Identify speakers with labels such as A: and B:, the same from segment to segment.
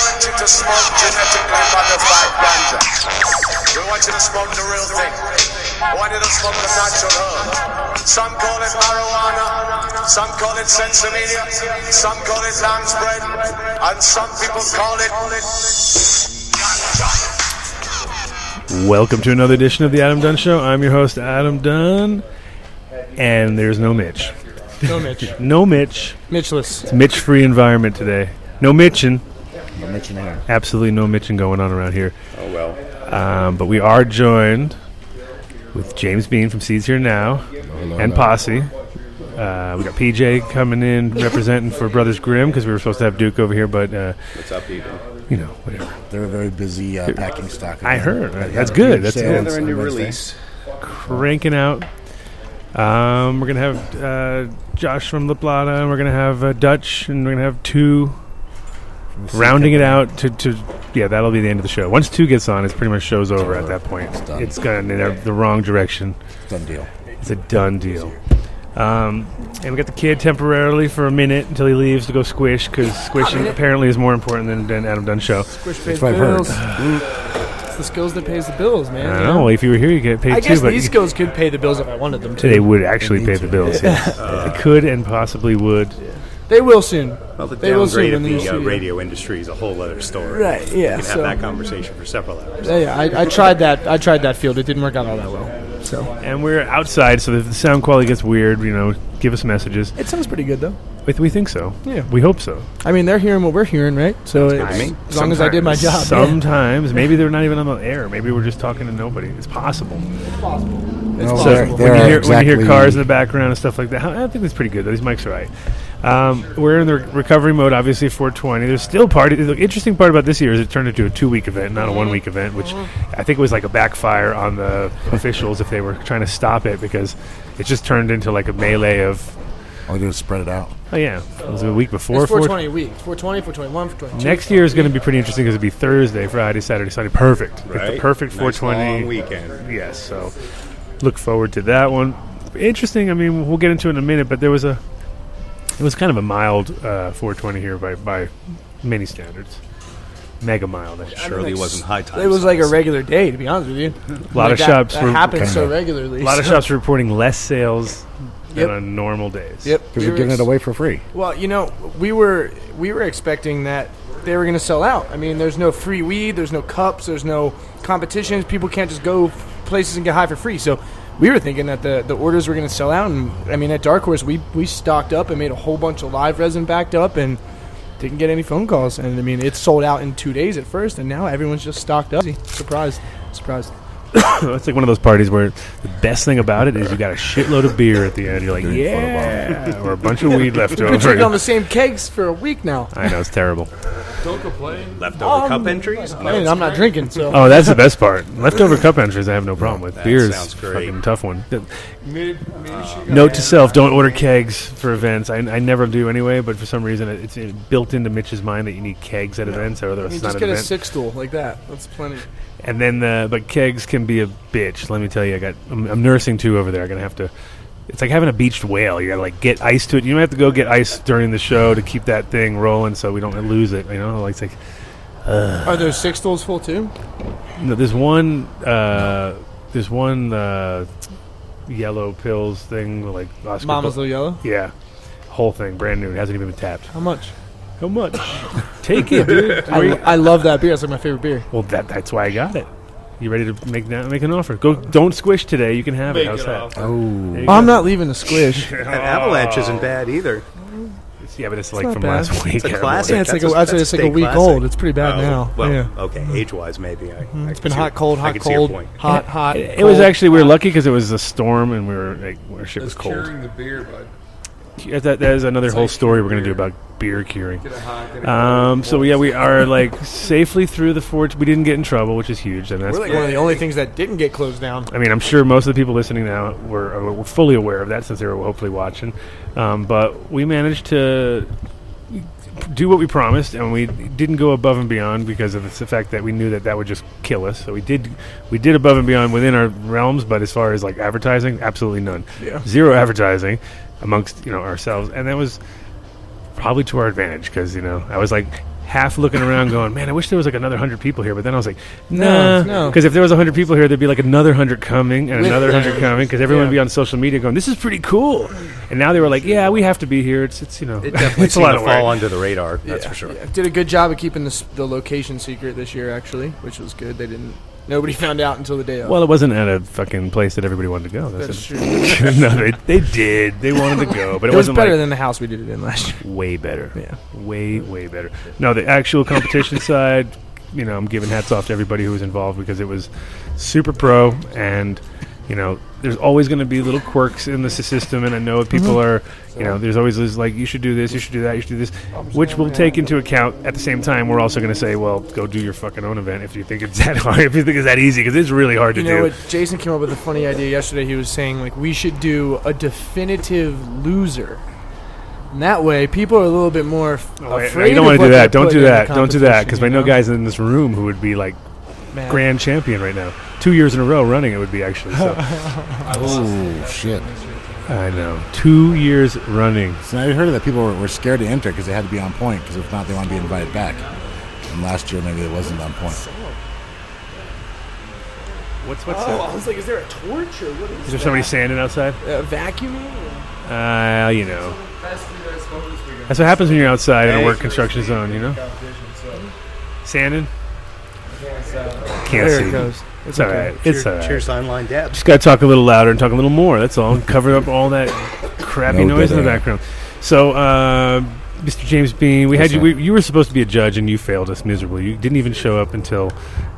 A: smoke genetically modified ganja. We want you to smoke the real thing. We want you to smoke the natural herb. Some call it marijuana, some call it sensimilla, some call it lamb's bread, and some people call it.
B: Welcome to another edition of the Adam Dunn Show. I'm your host, Adam Dunn, and there's no Mitch.
C: No Mitch.
B: No Mitch.
C: Mitchless.
B: It's Mitch-free environment today. No Mitchin.
D: I'm itching here.
B: Absolutely no Mitchin going on around here.
D: Oh well.
B: Um, but we are joined with James Bean from Seeds Here Now and Posse. Uh, we got PJ coming in representing for Brothers Grimm because we were supposed to have Duke over here, but uh,
D: What's up, people?
B: you know whatever.
D: They're very busy uh, packing stock.
B: I
D: again.
B: heard.
D: They
B: That's
D: got
B: good.
D: huge
B: That's good.
D: sales
B: Another
D: on
B: new
D: Wednesday.
B: cranking out. Um, we're gonna have uh, Josh from La Plata, and we're gonna have uh, Dutch, and we're gonna have two rounding it out to, to yeah. That'll be the end of the show. Once two gets on, it's pretty much show's over at that point.
D: done.
B: It's gone in a, the wrong direction.
D: Done deal.
B: It's a done deal. Um, and we got the kid temporarily for a minute until he leaves to go squish because squishing apparently is more important than, than Adam Dunn show.
C: Squish pays
D: what I've heard.
C: bills. it's the skills that pays the bills, man.
B: I
C: you
B: don't know. If you were here, you get paid
C: I
B: too.
C: guess
B: but
C: these skills could pay the bills if I wanted them to.
B: they would actually
D: They
B: pay
D: need
B: the
D: to.
B: bills. Yes.
C: Uh,
B: they could and possibly would.
C: They will soon.
E: Well, the
C: They will
E: downgrade
C: soon when
E: of
C: they
E: the uh,
C: see you.
E: radio industry is a whole other story.
C: Right, yeah,
E: You can
C: so-
E: have that conversation for several hours.
C: Yeah, yeah, I, I tried that. I tried that field. It didn't work out all that well. So
B: And we're outside, so if the sound quality gets weird, you know, give us messages.
C: it sounds pretty good, though.
B: We, we think so.
C: Yeah.
B: We hope so.
C: I mean, they're hearing what we're hearing, right? So it's,
E: me.
C: as long as I did my job. yeah.
B: Sometimes, maybe they're not even on the air. Maybe we're just talking to nobody. It's possible.
C: It's
D: No,
C: possible.
D: there- there
B: when, you hear,
D: are
B: when you
D: exactly-
B: hear cars in the background and stuff like that, I think that's pretty good. Though. These mics are right. Um, we're in the re- recovery mode, obviously. 420. There's still party. The interesting part about this year is it turned into a two-week event,
E: Mm-hmm.
B: not a one-week event, which I think was like a backfire on the officials if they were trying to stop it because it just turned into like a melee of
D: All you do is spread it out.
B: Oh yeah, it was a week before.
C: It's
B: four-
C: 420 a week. 420, 421, 422.
B: Next year is going to be pretty interesting because it'll be Thursday, Friday, Saturday, Sunday. Perfect, Like
E: Right?
B: the perfect
E: Nice
B: 420
E: long weekend.
B: Yes, so look forward to that one. Interesting. I mean, we'll get into it in a minute, but there was a it was kind of a mild uh, 420 here by by many standards. Mega mild, actually.
E: Surely wasn't high time.
C: It was like a regular day, to be honest with you.
B: A lot of
C: that,
B: shops
C: that
B: were
C: happens so
D: kinda-
C: regularly.
B: a lot of
C: so-
B: shops were reporting less sales
C: Yep.
B: than on normal days.
C: Yep.
D: Because
C: we
D: you're
C: were
D: giving
C: ex-
D: it away for free.
C: Well, you know, we were we were expecting that they were going to sell out. I mean, there's no free weed, there's no cups, there's no competitions. People can't just go places and get high for free. So we were thinking that the, the orders were going to sell out. And I mean, at Dark Horse, we we stocked up and made a whole bunch of live resin backed up and didn't get any phone calls. And I mean, it sold out in two days at first, and now everyone's just stocked up. Surprised, surprised.
B: it's like one of those parties where the best thing about it is you got a shitload of beer at the end. You're like, yeah, or a bunch of weed left
C: We've been drinking on
B: over.
C: the same kegs for a week now.
B: I know it's terrible.
E: leftover
C: Um,
E: cup entries.
C: I mean, I'm not drinking, so
B: Oh, that's the best part. Leftover cup entries, I have no problem with.
E: That
B: Beer is
E: sounds great. Uh,
B: fucking tough one. The- Note to self: Don't order kegs for events. I, I never do anyway, but for some reason it, it's uh, built into Mitch's mind that you need kegs at events, or otherwise
C: you
B: it's not
C: just
B: an
C: get a
B: event.
C: six stool like that. That's plenty.
B: And then, uh, but kegs can be a bitch. Let me tell you, I got. I'm, I'm nursing two over there. I'm gonna have to. It's like having a beached whale. You gotta like get ice to it. You don't have to go get ice during the show to keep that thing rolling, so we don't lose it. You know, like it's like
C: Are those six stools full too?
B: no, there's one. Uh, there's one uh, yellow pills thing like Oscar.
C: Mama's
B: Bo-
C: Little Yellow.
B: yeah, whole thing, brand new. It hasn't even been tapped.
C: How much?
B: How much? Take it, dude.
C: I, I love that beer. It's like my favorite beer.
B: Well, that that's why I got it. You ready to make that, make an offer? Go. Don't squish today. You can have it. How's that?
D: Oh,
B: There you go.
C: I'm not leaving the squish. yeah,
E: That avalanche isn't bad either.
B: Yeah, but it's, like
C: not
B: from
C: bad.
B: last week.
E: It's a
B: Everyone-
E: classic.
C: it's like
E: That's
C: a, I'd say it's
E: that's
C: like a
E: day
C: week
E: classic.
C: old. It's pretty bad
E: Oh,
C: now.
E: Well,
C: yeah. Mm-hmm.
E: okay, age-wise, maybe. I, I
C: It's
E: can
C: been
E: see-
C: hot, cold,
E: I
C: hot,
E: can see your
C: cold,
E: point.
C: hot, hot.
B: It was actually we were lucky because it was a storm and we were like our shit was cold.
F: the beer, bud.
B: Yeah, that, that is another whole
F: like
B: story we're gonna do
F: beer.
B: about beer curing.
F: Get a hot, get a
B: Um, so yeah, we are like safely through the fort. We didn't get in trouble, which is huge. And that's
C: We're like one of the only things that didn't get closed down.
B: I mean, I'm sure most of the people listening now were, were fully aware of that since they were hopefully watching. Um, but we managed to do what we promised, and we didn't go above and beyond because of the fact that we knew that that would just kill us. So we did we did above and beyond within our realms, but as far as like advertising, absolutely none.
C: Yeah.
B: Zero advertising amongst you know ourselves, and that was probably to our advantage because you know I was like. half looking around, going, "Man, I wish there was like another hundred people here." But then I was like, "Nah,"
C: no.
B: because if there was hundred people here, there'd be like another hundred coming and another hundred coming because everyone would be on social media going, "This is pretty cool." And now they were like, "Yeah, we have to be here." It's it's you know,
E: It definitely
B: it's a lot of work.
E: fall under the radar. That's for sure.
C: Did a good job of keeping the, s- the location secret this year, actually, which was good. They didn't. Nobody found out until the day of.
B: Well, it wasn't at a fucking place that everybody wanted to go.
C: that's
B: That's
C: true.
B: it. no, they, they did. They wanted to go, but it,
C: It was
B: wasn't
C: better
B: like,
C: than the house we did it in last year.
B: way better. Yeah, way way better. No, the actual competition side, you know, I'm giving hats off to everybody who was involved because it was super pro, and you know, there's always going to be little quirks in the s- system, and I know
C: Mm-hmm.
B: people are, you know, there's always this like you should do this, you should do that, you should do this, which we'll take into account. At the same time, we're also going to say, well, go do your fucking own event if you think it's that hard, if you think it's that easy, because it's really hard
C: You
B: to
C: know
B: do.
C: what? Jason came up with a funny idea yesterday. He was saying like we should do a definitive loser. And that way, people are a little bit more f-
B: Oh, wait, no,
C: afraid.
B: you don't
C: want to
B: do that. Don't do that. Don't do that. Because I know guys in this room who would be like
C: Man.
B: grand champion right now, two years in a row running. It would be actually. So.
D: Oh shit!
B: I know, two years running.
D: So I heard that people were, were scared to enter because they had to be on point. Because if not, they want to be invited back. And last year maybe it wasn't on point.
B: What's what's
C: I was like, is there a torch or what
B: Is there somebody standing outside?
C: Uh, vacuuming?
B: Uh, you know. That's what happens when you're outside in a work construction zone, you know? Sanding? Can't
C: There
B: see.
C: it goes.
B: It's all right. It's
C: uh,
B: all right.
E: Cheers to online dabs.
B: Just got to talk a little louder and talk a little more. That's all. And cover up all that crappy
D: No
B: noise in the
D: better.
B: background. So, uh, Mr. James Bean, we had
D: Yes,
B: you.
D: sir.
B: We, you were supposed to be a judge, and you failed us miserably. You didn't even show up until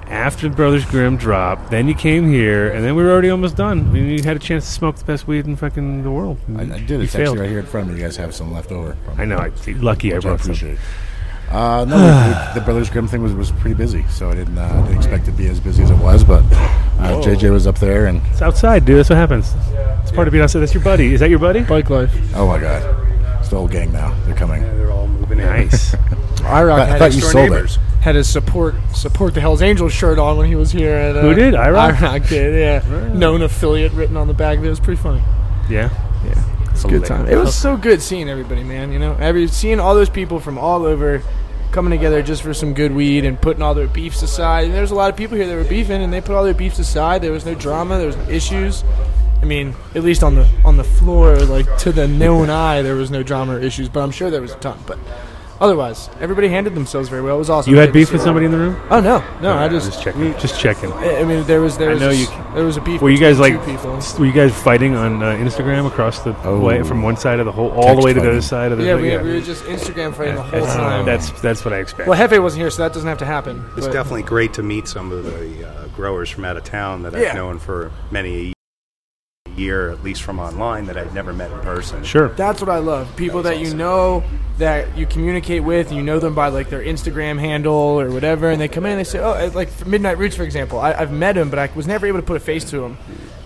B: after the Brothers Grimm dropped. Then you came here, and then we were already almost done. We, you had a chance to smoke the best weed in fucking the world.
D: I, I did.
B: You
D: It's
B: failed.
D: actually right here in front of me. You guys have some left over.
B: I know. I, lucky I
D: Which I
B: brought some.
D: appreciate. Uh, no, the, the Brothers Grimm thing was, was pretty busy, so I didn't, uh, didn't expect it to be as busy as it was. But uh, JJ was up there, and
B: It's outside, dude. That's what happens. It's part of being outside. That's your buddy. Is that your buddy?
C: Bike life.
D: oh my god, it's the whole gang now. They're coming.
E: They're all moving in.
B: Nice.
C: IROC
D: I, I
C: had,
D: thought you
C: his,
E: Store
D: sold
E: neighbors.
D: it.
C: had his support support the Hell's Angels shirt on when he was here. At, uh,
B: Who did? IROC?
C: IROC did, yeah. Known affiliate written on the back of it. It was pretty funny.
B: yeah.
C: It's a good time. It was so good seeing everybody, man. You know, every seeing all those people from all over coming together just for some good weed and putting all their beefs aside. And there's a lot of people here that were beefing, and they put all their beefs aside. There was no drama. There was no issues. I mean, at least on the on the floor, like to the known eye, there was no drama or issues. But I'm sure there was a ton. But otherwise, everybody handled themselves very well. It was awesome.
B: You had beef with somebody in the room?
C: Oh no, no. I just.
B: just checking. Just checking.
C: I I mean, there was there
B: I
C: was
B: know
C: a
B: you
C: s-
B: can-
C: there was a beef.
B: Were you
C: between
B: guys like?
C: two people?
B: s- Were you guys fighting on uh, Instagram across the
D: Oh.
B: way from one side of the whole all the
D: Text
B: way to the other
D: fighting.
B: side of the
C: Yeah, we, we were just Instagram fighting the whole
B: that's,
C: time.
B: that's that's what I expect.
C: Well, Hefe wasn't here, so that doesn't have to happen.
E: It's
C: but-
E: definitely great to meet some of the uh, growers from out of town that
C: Yeah.
E: I've known for many a year, at least from online, that I've never met in person.
B: sure.
C: That's what I love. People that you know that you communicate with, you know them by like their Instagram handle or whatever, and they come in and they say, "Oh, like for Midnight Roots, for example. I, I've met him, but I was never able to put a face to him."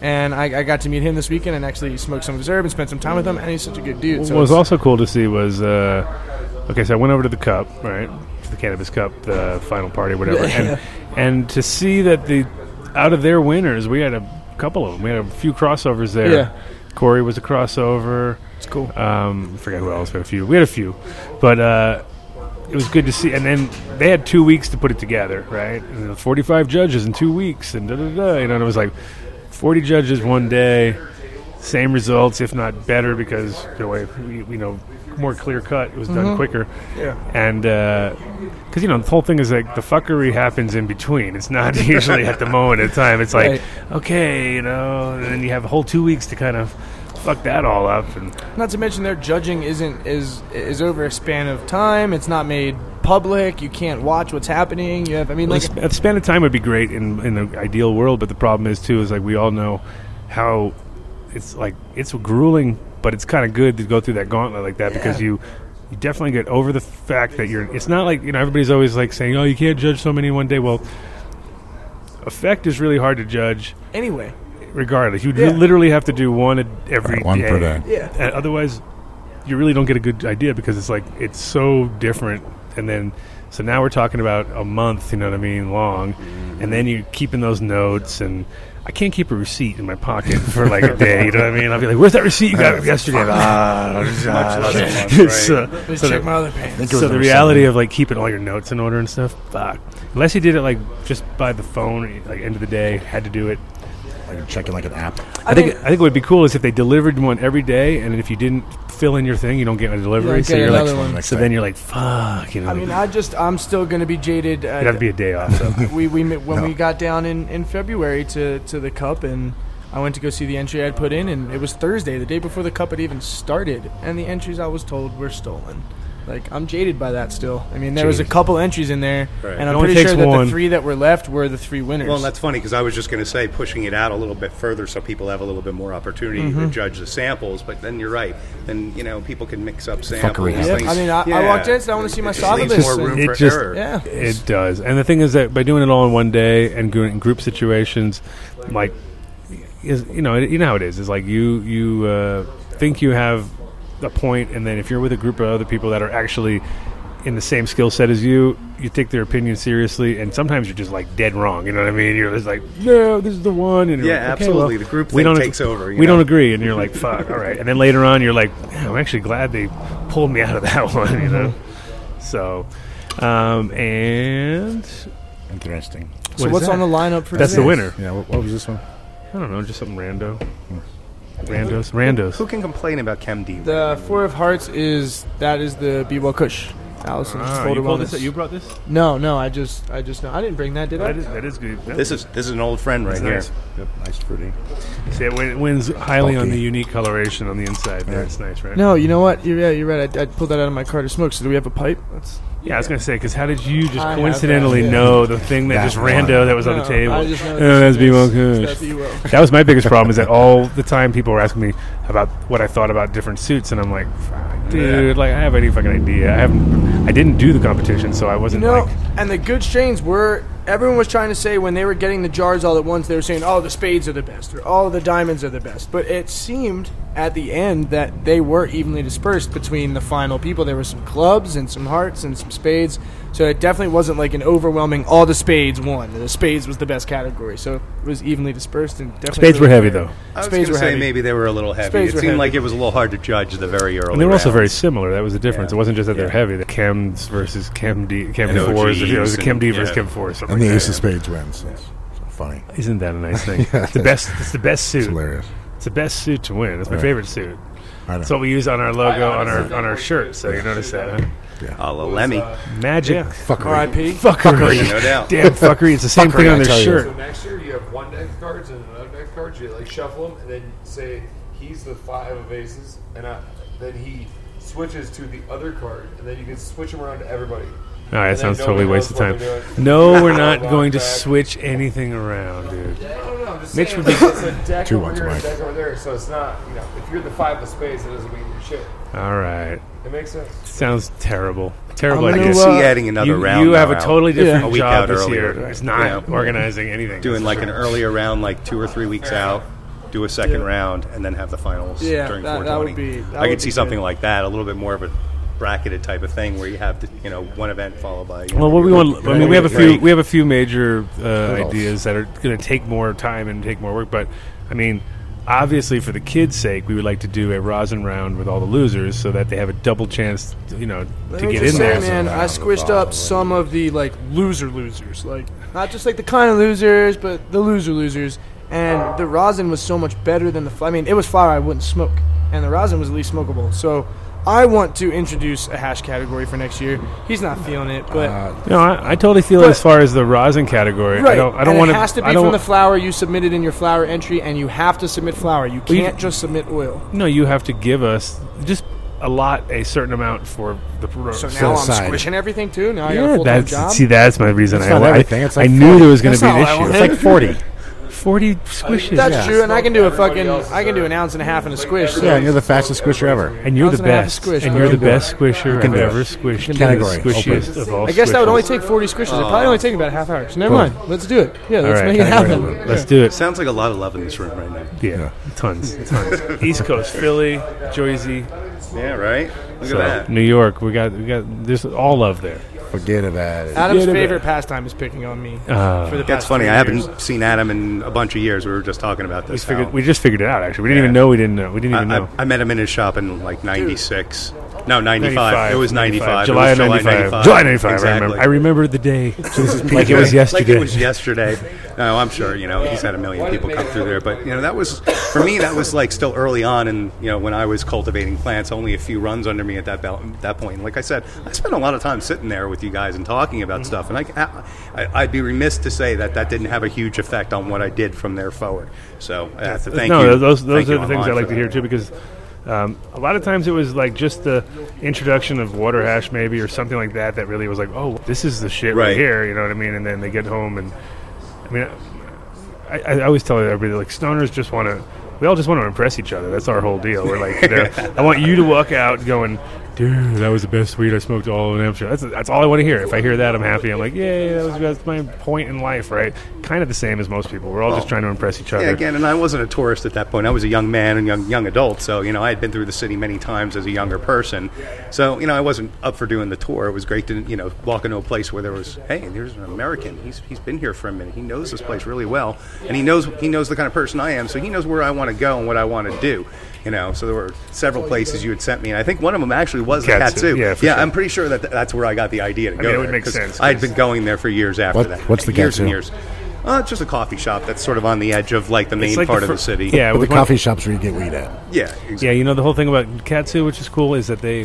C: And I, I got to meet him this weekend and actually smoke some of his herb and spend some time with him. And he's such a good dude. So
B: what was
C: it's-
B: also cool to see was uh, okay. So I went over to the cup, right? To the cannabis cup, the final party, whatever, and and to see that the out of their winners, we had a couple of them. We had a few crossovers there.
C: Yeah.
B: Corey was a crossover.
C: it's cool.
B: Um, I forgot who else, but a few. We had a few, but uh, it was good to see. And then they had two weeks to put it together, right? And there were Forty-five judges in two weeks, and da da da. You know, and it was like forty judges one day, same results, if not better, because the way we, you know more clear cut. It was done quicker.
C: Mm-hmm. Yeah.
B: And because you know the whole thing is like the fuckery happens in between. It's not usually at the moment of time. It's like
C: Right.
B: okay, you know, and then you have a whole two weeks to kind of fuck that all up and.
C: Not to mention their judging isn't is is over a span of time. It's not made public. You can't watch what's happening. You have, I mean,
B: Well,
C: like
B: the sp- the span of time would be great in in the ideal world, but the problem is too is like we all know how it's like it's grueling, but it's kind of good to go through that gauntlet like that because you. You definitely get over the fact that you're. It's not like you know everybody's always like saying, "Oh, you can't judge so many in one day." Well, effect is really hard to judge,
C: anyway.
B: regardless. You
C: Yeah.
B: literally have to do one a- every
D: Right, one per day.
C: Yeah.
B: And otherwise, you really don't get a good idea because it's like it's so different, and then So now we're talking about a month, you know what I mean, long, and then you're keeping those notes, and I can't keep a receipt in my pocket for like a day, you know what I mean? I'll be like, "Where's that receipt you got yesterday?" so, so
C: Let's check
B: the-
C: my other pants.
B: so the reality of like keeping all your notes in order and stuff, fuck. Unless you did it like just by the phone, like end of the day, had to do it.
D: like checking like an app.
B: I, think I think what would be cool is if they delivered one every day, and if you didn't fill in your thing, you don't get a delivery.
C: don't
B: so
C: get
B: you're like,
C: another one.
B: so then you're like, fuck, you know.
C: I mean, I just I'm still going to be jaded.
B: it'd have to be a day off. So.
C: we, we met- when we got down in, in February to, to the cup and I went to go see the entry I'd put in and it was Thursday, the day before the cup had even started, and the entries I was told were stolen. Like I'm jaded by that still. I mean, there was a
B: Jeez.
C: couple entries in there,
E: Right.
C: and
E: It
C: I'm
B: only
C: pretty
B: takes
C: sure that
B: one.
C: the three that were left were the three winners.
E: Well, and that's funny because I was just going to say pushing it out a little bit further so people have a little bit more opportunity
C: Mm-hmm.
E: to judge the samples. But then you're right. Then you know people can mix up samples.
D: happens.
E: things-
C: I mean, I- I walked in and said, "I wanna
E: It
C: see my
E: just
C: soccer
E: leaves
C: list,"
E: More room
B: It
E: for
B: just-
E: error.
C: yeah,
B: It does, and the thing is that by doing it all in one day and go- in group situations, like, is you know you know how it is. It's like you you uh, think you have a point, and then if you're with a group of other people that are actually in the same skill set as you, you take their opinion seriously, and sometimes you're just like dead wrong. You know what I mean? You're just like, no, this is the one. And you're
E: Yeah,
B: like,
E: absolutely.
B: well,
E: The group
B: we
E: thing
B: don't ag-
E: takes over, you
B: We don't
E: know?
B: agree, and you're like, fuck, all right. And then later on, you're like, "Yeah, I'm actually glad they pulled me out of that one. You know.
E: Mm-hmm.
B: So, um, and
D: Interesting.
C: so
B: is
C: what's
B: that?
C: on the lineup for
B: That's the
C: today?
B: winner.
D: Yeah. What, what was this one?
B: I don't know, just something rando.
E: Hmm.
B: Randos, randos.
E: Who can complain about Chem D?
C: The four of hearts is that is the Be Well Kush. Allison just
B: Ah,
C: told
B: you,
C: her
B: pulled
C: wellness.
B: this, you brought this?
C: No, no, I just I just know I didn't bring that, did I?
B: That is, that is good.
E: This is this is an old friend right
B: It's
E: here.
B: nice.
D: Yep. Nice fruity.
B: See, it win- wins highly on
D: Bulky.
B: the unique coloration on the inside there.
D: Yeah.
B: It's nice, right?
C: No, you know what? You're, yeah, you're right. I, I pulled that out of my car to smoke. So do we have a pipe? That's
B: Yeah, I was going to say, because how did you just
C: I have
B: coincidentally
C: that, yeah.
B: know the thing that,
D: That
B: just
D: one.
B: rando that was on the
C: No,
B: table?
C: I just know
B: oh, that's
C: it's-
B: Be Well
C: it's-
B: Kush.
C: it's that Be Well.
B: That was my biggest problem is that all the time people were asking me about what I thought about different suits, and I'm like, "Fuck, dude, like I have any fucking idea. I haven't, I didn't do the competition, so I wasn't
C: no.
B: like,
C: And the good strains were everyone was trying to say when they were getting the jars all at once, they were saying, "Oh, the spades are the best," or "Oh, the diamonds are the best." But it seemed at the end that they were evenly dispersed between the final people. There were some clubs and some hearts and some spades. So it definitely wasn't like an overwhelming all the spades won. The spades was the best category, so it was evenly dispersed and definitely
B: spades were
C: really
B: heavy
C: fair.
B: though.
E: I was
C: Spades
E: going to
C: were
E: say
C: heavy.
E: maybe they were a little heavy.
C: Spades
E: it
C: were
E: seemed
C: heavy.
E: like it was a little hard to judge the very early.
B: And they were also very
E: rounds.
B: similar. That was the difference. It
E: Yeah.
B: wasn't just that they're
E: Yeah.
B: heavy. The chems versus chem D, chem
E: And
B: fours.
E: OGs
B: It was chem D
E: and-
B: versus
E: yeah.
B: chem fours.
D: And the ace of spades wins. That's funny.
B: Isn't that a nice thing? It's the best. It's the best
D: It's
B: suit.
D: hilarious.
B: It's the best suit to win. It's my
D: Right.
B: favorite suit.
D: I know.
B: That's what we use on our logo on our on our shirt. So you notice that huh?
E: a la Oh, Lemmy,
B: magic
D: Fuckery.
C: R.I.P.
B: fuckery.
E: no doubt.
B: Damn fuckery! It's the same
D: Fuckery,
B: thing on
D: I
B: their
D: tell you.
F: So
B: shirt.
F: next year you have one deck of cards and another deck of cards. You like shuffle them and then say he's the five of aces, and I, then he switches to the other card, and then you can switch them around to everybody.
B: All right,
F: And then
B: sounds
F: nobody
B: totally waste of
F: knows
B: time.
F: what they're doing.
B: No, we're not
F: Walk
B: going to
F: back.
B: switch anything around, dude.
F: I don't know. I'm just
B: Mitch
F: saying,
B: would be-
F: like, it's a deck
D: Two
F: over
D: ones,
F: here, and a
D: Mike.
F: deck over there. So it's not you know if you're the five of spades, it doesn't mean you're shit.
B: All right,
F: It makes sense.
B: sounds terrible. Terrible
C: I'm
E: I
B: idea.
E: can
C: Well,
E: see
C: uh,
E: adding another
B: you,
E: round.
B: you have a
E: now out.
B: totally different
E: A week
B: job
E: out
B: this
E: earlier.
B: year. It's not
E: Yeah.
B: organizing anything.
E: doing
B: that's
E: like
B: for
E: an
B: sure.
E: earlier round, like two or three weeks out. Do a second round and then have the finals
C: Yeah,
E: during
C: that-
E: 420.
C: that would be- that
E: I
C: would
E: could
C: be
E: see
C: good.
E: something like that, a little bit more of a bracketed type of thing where you have to, you know, one event followed by.
B: Well, what we want, I mean, we have a few,
E: Right.
B: we have a few major uh,
D: else?
B: ideas that are going to take more time and take more work. But I mean, obviously, for the kids' sake, we would like to do a rosin round with all the losers, so that they have a double chance, you know,
C: Let
B: to
C: me
B: get
C: just
B: in
C: say,
B: there.
C: man. I squished up some of the like loser losers, like not just like the kind of losers, but the loser losers. And the rosin was so much better than the. Fl- I mean, it was flour I wouldn't smoke, and the rosin was at least smokable. So, I want to introduce a hash category for next year. He's not feeling it, but
B: No, Uh, I, I totally feel
C: But-
B: as far as the rosin category.
C: right.
B: I don't, I don't
C: and
B: want
C: it has to be
B: I don't,
C: from the flour you submitted in your flour entry, and you have to submit flour. You
B: you-
C: can't just submit oil.
B: no, you have to give us just allot a certain amount for the. pro-
C: So
D: Set
C: now I'm
D: aside.
C: squishing everything too. Now I got a
B: yeah,
C: full time
B: that's
C: job.
B: see, that's my reason.
D: It's
B: I,
D: not
B: I,
D: everything, it's
B: I
D: like
B: knew
D: 40.
B: there was going
C: That's
B: to be
C: not
B: an
C: all I
B: issue.
C: wanted.
D: It's like forty.
B: Forty squishes.
C: That's
D: Yeah.
C: true, and I can do a fucking,
F: else's
C: I can do
F: are-
C: an ounce and a half and a squish. so-
D: Yeah, and you're the fastest squisher ever.
B: And you're
C: Ounce
B: the
C: and a half of
B: best,
C: squish.
B: and
C: I
B: you're
C: can
B: the
C: do it.
B: best squisher I've
D: do it.
B: ever squished. You're the
D: Category,
B: squishiest
D: open.
B: of all.
C: I guess that would
B: squishes.
C: only take 40 squishes. It probably only take about a half hour. So never
D: Cool.
C: mind. Let's do it. Yeah,
B: All
C: let's
B: right,
C: make it
D: category
C: happen.
D: open.
B: Let's do it.
E: Sounds like a lot of love in this room right now.
B: Yeah, tons, tons. East Coast, Philly, Jersey,
E: Yeah, right. Look
B: so,
E: at that.
B: New York. We got, we got. There's all love there.
D: Forget about it.
C: Adam's
B: Yeah, they're
C: favorite
B: bad.
C: pastime is picking on me
B: Uh,
C: for the
E: That's
C: past
E: funny.
C: three
E: I
C: years.
E: haven't seen Adam in a bunch of years. We were just talking about
B: we
E: this.
B: figured
E: how-
B: we just figured it out. Actually, we didn't
E: Yeah.
B: even know we didn't know. We didn't even
E: I,
B: know.
E: I, I met him in his shop in like '96. No, '95.
B: 95,
E: It was '95.
B: July of 95. July 95. I remember. I
E: Exactly.
B: remember the day like it was yesterday.
E: Like it was yesterday. No, I'm sure. You know, he's had a million people come through there, but you know, that was for me. That was like still early on, and you know, when I was cultivating plants, only a few runs under me at that bel- that point. And like I said, I spent a lot of time sitting there with you guys and talking about
B: Mm-hmm.
E: stuff, and I, I, I'd be remiss to say that that didn't have a huge effect on what I did from there forward. So I have to thank
B: no,
E: you.
B: those those
E: thank you
B: are the things
E: online
B: I like
E: for
B: to hear
E: that.
B: too because um, a lot of times it was like just the introduction of water hash maybe or something like that that really was like oh this is the shit right,
E: Right.
B: here you know what I mean and then they get home and I mean I, I, I always tell everybody like stoners just want to we all just want to impress each other that's our whole deal we're like they're- I want you to walk out going. Dude, that was the best weed I smoked all in Hampshire. That's, that's all I want to hear. If I hear that, I'm happy. I'm like, yay, that was that's my point in life, right? Kind of the same as most people. We're all just trying to impress each other.
E: Yeah, again, and I wasn't a tourist at that point. I was a young man and young young adult, so you know I had been through the city many times as a younger person. So you know I wasn't up for doing the tour. It was great to you know walk into a place where there was, hey, there's an American. He's he's been here for a minute. He knows this place really well, and he knows he knows the kind of person I am. So he knows where I want to go and what I want to do. You know, so there were several places you had sent me, and I think one of them actually was the
B: Katsu,
E: Katsu.
B: yeah, for sure.
E: I'm pretty sure that th- that's where I got the idea to go.
B: mean, it would
E: there,
B: make
E: 'cause
B: sense,
E: I had been going there for years after
D: What-
E: that.
D: what's the
E: years and
D: Katsu?
E: years? Uh, it's just a coffee shop that's sort of on the edge of like the main
B: It's like
E: part of
B: fir-
E: the city.
B: Yeah,
D: But
B: with
D: the
B: one-
D: coffee shops where you get weed at.
E: yeah, exactly.
B: Yeah, you know the whole thing about Katsu, which is cool, is that they it,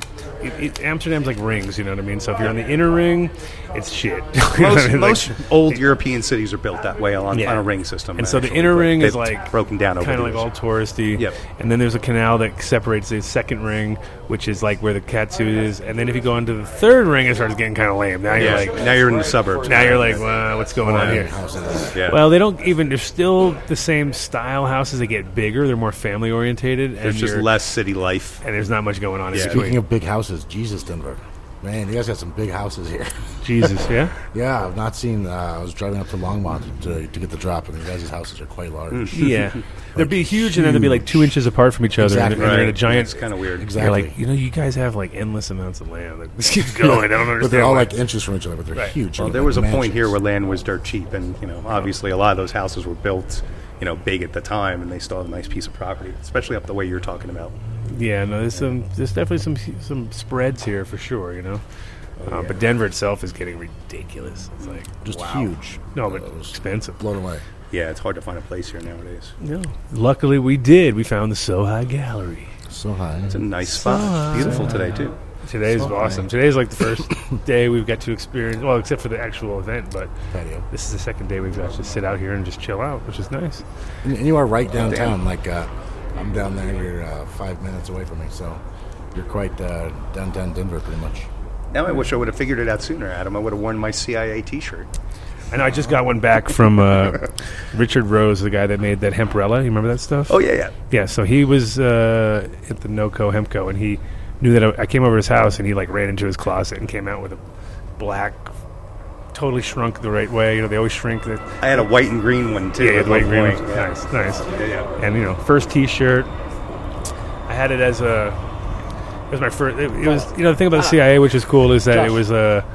B: it, Amsterdam's like rings. You know what I mean? So if you're on the inner ring, it's shit. You know what I
E: Most,
B: mean? Like-
E: most old European cities are built that way on, on a ring system,
B: And so the
E: actually,
B: inner
E: but
B: ring is
E: they've
B: like
E: broken down, over
B: kind
E: the
B: of like
E: years.
B: all touristy.
E: Yep.
B: And then there's a canal that separates the second ring, which is like where the Katsu is. And then if you go into the third ring, it starts getting kind of lame. Now
E: Yeah,
B: you're like,
E: now you're in the suburbs.
B: now you're like, wow, what's going on here?
E: yeah.
B: Well, they don't even. They're still the same style houses. They get bigger. They're more family orientated.
E: there's
B: and
E: just
B: you're-
E: less city life.
B: And there's not much going on. in
E: Yeah.
B: between.
D: Speaking of big houses, Jesus, Denver. Man, you guys got some big houses here.
B: Jesus, yeah.
D: yeah, I've not seen. Uh, I was driving up to Longmont to, to get the drop, and you guys' houses are quite large.
B: Yeah, they'd be huge, and then they'd be like two inches apart from each other, and- and
D: Exactly.
B: they're in a
E: Right.
B: giant.
E: It's kind of weird.
D: Exactly.
B: You're like, you know, you guys have like endless amounts of land. Like, this keeps going. I don't understand.
D: But they're all
B: why.
D: like inches from each other, but they're huge.
E: Well,
D: They're
E: there
D: like
E: was a point
D: mansions.
E: here where land was dirt cheap, and you know, obviously, a lot of those houses were built, you know, big at the time, and they still have a nice piece of property, especially up the way you're talking about.
B: yeah, no, there's some, there's definitely some, some spreads here for sure. You know, uh, but Denver itself is getting ridiculous. It's like
D: Oh, just
B: wow.
D: huge.
B: No, but
D: It was
B: expensive.
D: blown away.
E: Yeah, it's hard to find a place here nowadays.
B: No, luckily we did. We found the Sohi Gallery.
D: So high.
E: It's a nice spot. It's beautiful today too.
B: Today's awesome. Today's like the first day we've got to experience. Well, except for the actual event, but
D: Patio.
B: this is the second day we've got to sit out here and just chill out, which is nice.
D: And, and you are right downtown. Like uh, I'm down there. You're uh, five minutes away from me, so you're quite uh, downtown Denver, pretty much.
E: Now I wish I would have figured it out sooner, Adam. I would have worn my CIA T-shirt.
B: I know I just got one back from uh, Richard Rose, the guy that made that hemprella. You remember that stuff?
E: Oh yeah, yeah.
B: Yeah, so he was uh, at the NoCo Hempco, and he knew that I, I came over to his house, and he like ran into his closet and came out with a black, totally shrunk the right way. You know, they always shrink the
E: I had a white and green one too.
B: yeah, yeah,
E: at
B: the white
E: one
B: green.
E: point. Yeah.
B: Nice, nice.
E: Yeah, yeah.
B: And you know, first T-shirt. I had it as a. It was my first. It, it was you know the thing about the CIA, which is cool, is that it was a.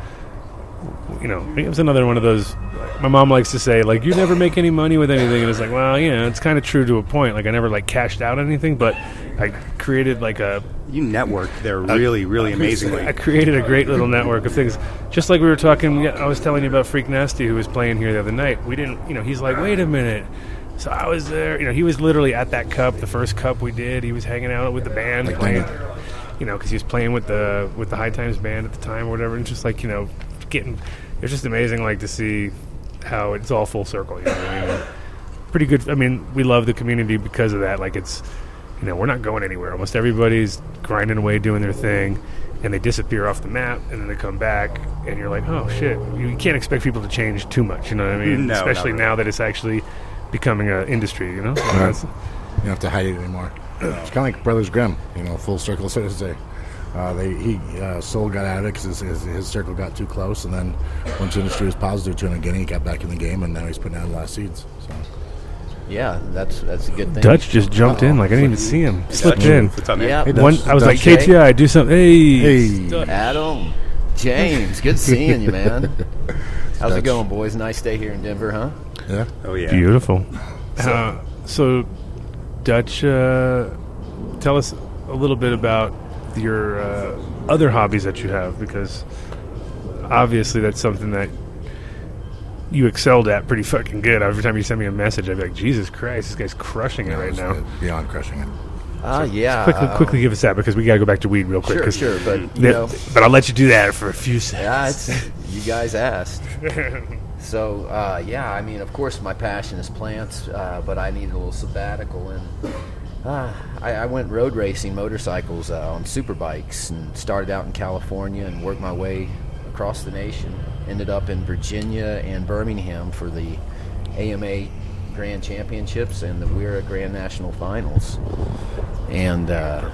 B: You know, it was another one of those. My mom likes to say, like, you never make any money with anything, and it's like, well, you know, it's kind of true to a point. Like, I never like cashed out anything, but I created like a
E: You networked there really, really amazingly.
B: I created a great little network of things. Just like we were talking, yeah, I was telling you about Freak Nasty, who was playing here the other night. We didn't, you know, he's like, wait a minute. So I was there, you know, he was literally at that cup, the first cup we did. He was hanging out with the band, playing, you know, because he was playing with the with the High Times band at the time or whatever, and just like, you know, getting. It was just amazing, like to see how it's all full circle. You know what I mean? pretty good. I mean, we love the community because of that. Like it's, you know, we're not going anywhere. Almost everybody's grinding away doing their thing, and they disappear off the map, and then they come back, and you're like, oh shit, you can't expect people to change too much. You know what I mean?
E: No, not
B: Especially
E: really.
B: now that it's actually becoming an industry. You know? So that's-
D: You don't have to hide it anymore. It's kind of like Brothers Grimm, you know, full circle, so to say. Uh, they, he, uh, Soul got out of it because his, his, his circle got too close, and then once industry was positive to him again, he got back in the game, and now he's putting out a lot of seeds. So.
G: Yeah, that's that's a good thing.
B: Dutch just jumped in. Like I didn't even see him. Slipped in.
E: What's up, man?
G: Yeah.
D: Hey, Dutch.
B: One, I was like,
G: Dutch.
B: KTI, do something. Hey.
D: Hey,
G: Adam. James, good seeing you, man. How's
D: That's-
G: it going, boys? Nice day here in Denver, huh?
D: Yeah.
E: Oh yeah.
B: Beautiful. So, uh, so Dutch, uh, tell us a little bit about your uh, other hobbies that you have because obviously that's something that you excelled at pretty fucking good. Every time you send me a message, I'd be like, Jesus Christ, this guy's crushing it right
D: It's,
B: now.
D: uh, Beyond crushing it.
G: Ah, yeah.
B: Quickly,
G: uh,
B: quickly give us that because we got to go back to weed real quick.
G: Sure,
B: 'cause
G: sure, but you
B: that-
G: know,
B: but I'll let you do that for a few seconds.
G: yeah, it's, you guys asked. So uh, yeah, I mean, of course, my passion is plants, uh, but I needed a little sabbatical, and uh, I, I went road racing motorcycles uh, on super bikes, and started out in California and worked my way across the nation. Ended up in Virginia and Birmingham for the AMA Grand Championships and the WIRA Grand National Finals, and uh,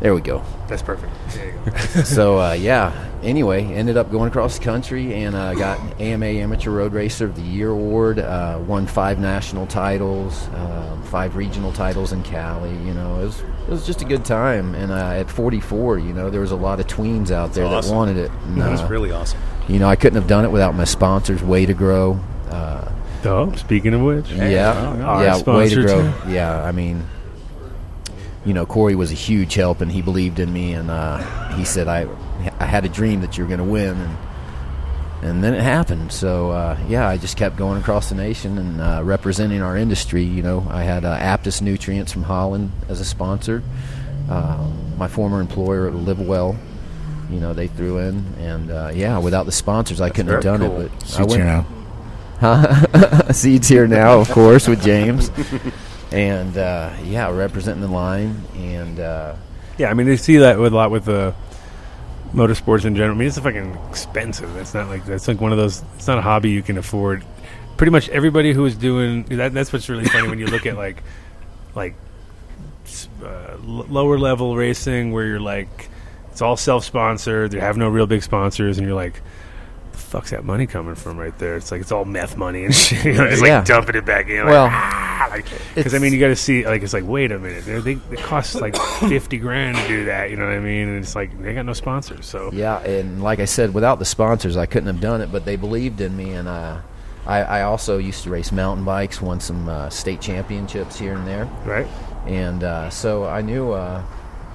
G: there we go
B: That's perfect. There you go.
G: so uh, yeah. Anyway, ended up going across the country and uh, got an AMA Amateur Road Racer of the Year award. Uh, won five national titles, um, five regional titles in Cali. You know, it was it was just a good time. And uh, at 44, you know, there was a lot of tweens out there
E: awesome.
G: that wanted it. And,
E: That was
G: uh,
E: really awesome.
G: you know, I couldn't have done it without my sponsors, Way to Grow. Uh,
B: Oh, speaking of which,
G: yeah,
B: Our
G: yeah, way
B: sponsor,
G: to grow.
B: too.
G: Yeah, I mean, you know, Corey was a huge help, and he believed in me, and uh, he said I, I had a dream that you were going to win, and and then it happened. So uh, yeah, I just kept going across the nation and uh, representing our industry. You know, I had uh, Aptus Nutrients from Holland as a sponsor. Um, my former employer at Live Well, you know, they threw in, and uh, yeah, without the sponsors, I couldn't have
E: very
G: done
E: cool.
G: it. But I
D: See you
G: went-
D: now.
G: seeds here now, of course, with James. And uh, yeah, representing the line. And uh,
B: Yeah, I mean, they see that with a lot with uh, motorsports in general. I mean, it's fucking expensive. It's not like that's like one of those. It's not a hobby you can afford. Pretty much everybody who is doing that. That's what's really funny when you look at like, like s- uh, l- lower level racing where you're like, it's all self sponsored. They have no real big sponsors, and you're like. "The Fuck's that money coming from right there? It's like it's all meth money and shit. You know, it's
G: Yeah.
B: like dumping it back in. like,
G: well,
B: because I mean, you got to see like it's like wait a minute, they, they, it costs like fifty grand to do that. You know what I mean? And it's like they got no sponsors, so
G: yeah, and like I said, without the sponsors, I couldn't have done it, but they believed in me. And uh, I, I also used to race mountain bikes, won some uh, state championships here and there.
B: right.
G: and uh, so I knew uh,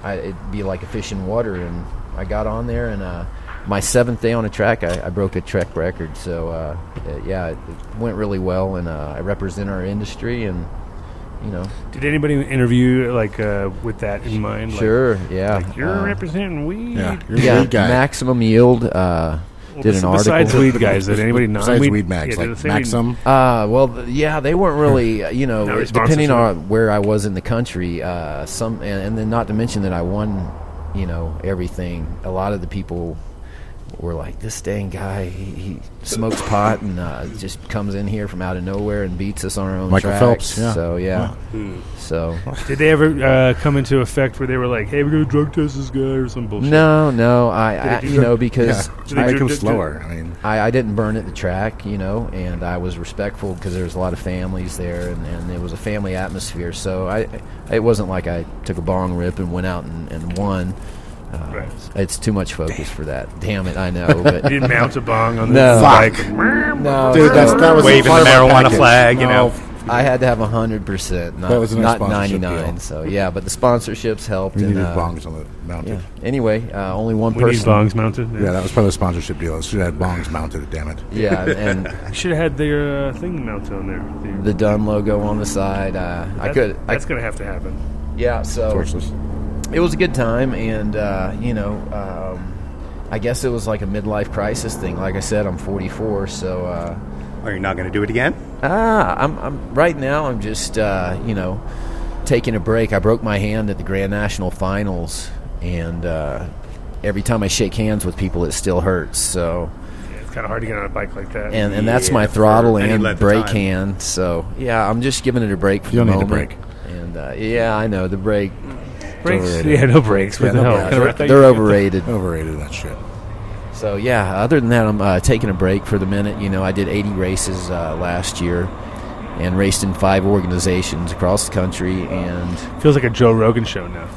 G: I, it'd be like a fish in water. And I got on there, and uh, my seventh day on a track, I, I broke a track record. So uh, it- yeah, it, it went really well, and uh, I represent our industry, and you know,
B: Did anybody interview like uh, with that in mind? Like,
G: sure, yeah,
B: you're
G: uh,
B: representing weed.
D: Yeah. You're the
G: yeah,
D: lead guy.
G: maximum yield. Uh,
B: Well,
G: did
B: bes-
G: an
B: besides
G: article.
B: weed guys, did anybody non
D: Besides Weed Max,
B: yeah, did
D: like
B: they say
D: Maxim.
G: Uh, well, th- yeah, they
B: Hmm.
G: weren't really, uh, you know,
B: No
G: it-
B: responses,
G: depending
B: huh?
G: on where I was in the country, uh, some, and, and then not to mention that I won, you know, everything. A lot of the people were like, this dang guy, he, he smokes pot and uh, just comes in here from out of nowhere and beats us on our own
D: Michael
G: tracks.
D: Phelps, yeah.
G: So, yeah. So,
B: Did they ever uh, come into effect where they were like, "Hey, we're gonna drug test this guy" or some bullshit?
G: no, no, I, I
B: do
G: you know, because
B: Did
G: I,
B: they
D: Make
B: do-
D: him
B: do- do-
D: slower. I mean,
G: I, I didn't burn at the track, you know, and I was respectful because there was a lot of families there, and, and it was a family atmosphere. So I, it wasn't like I took a bong rip and went out and, and won. Uh,
B: Right.
G: It's too much focus for that. Damn it, I know, but
B: Did mount a bong on
G: No.
B: the
D: Fuck.
B: bike?
G: no,
D: dude, that's, that was
E: Waving the
D: part of our
E: marijuana
D: package.
E: flag, you know.
G: I had to have hundred percent, not
D: That was in our
G: not ninety
D: sponsorship
G: nine.
D: deal.
G: So yeah, but the sponsorships helped.
D: We
G: and,
D: needed
G: uh,
D: bongs on the mountain.
G: Yeah. Anyway, uh, only one
B: We need
G: person.
B: bongs mounted.
D: Yeah, that was part of the sponsorship deal. It should have had bongs mounted. Damn it.
G: Yeah, and
B: should have had their uh, thing mounted on there.
G: the Dunn logo on the side. Uh, I could. I,
B: That's gonna have to happen.
G: yeah. So.
D: Oh. Torchless.
G: it was a good time and uh, you know um, i guess it was like a midlife crisis thing like i said i'm 44 so uh,
E: Are you not going to do it again?
G: ah, I'm, I'm right now i'm just uh, you know taking a break i broke my hand at the grand national finals and uh, every time i shake hands with people it still hurts so
B: Yeah, it's kind of hard to get on a bike like that.
G: and, and that's
E: Yeah,
G: my
E: for
G: throttle
E: any
G: and
E: length of
G: brake
E: time.
G: hand so yeah i'm just giving it a break for
D: You'll
G: the
D: need the
G: moment
D: brake.
G: and uh, yeah i know the brake
B: brakes? Yeah, no brakes. What
D: Yeah,
B: the
D: no
B: hell? Kinda
D: brakes. They're-
B: right there.
G: they're overrated
D: Overrated that shit.
G: So yeah, other than that, I'm uh, taking a break for the minute. You know, I did 80 races uh, last year, and raced in five organizations across the country. And
B: Feels like a Joe Rogan show now.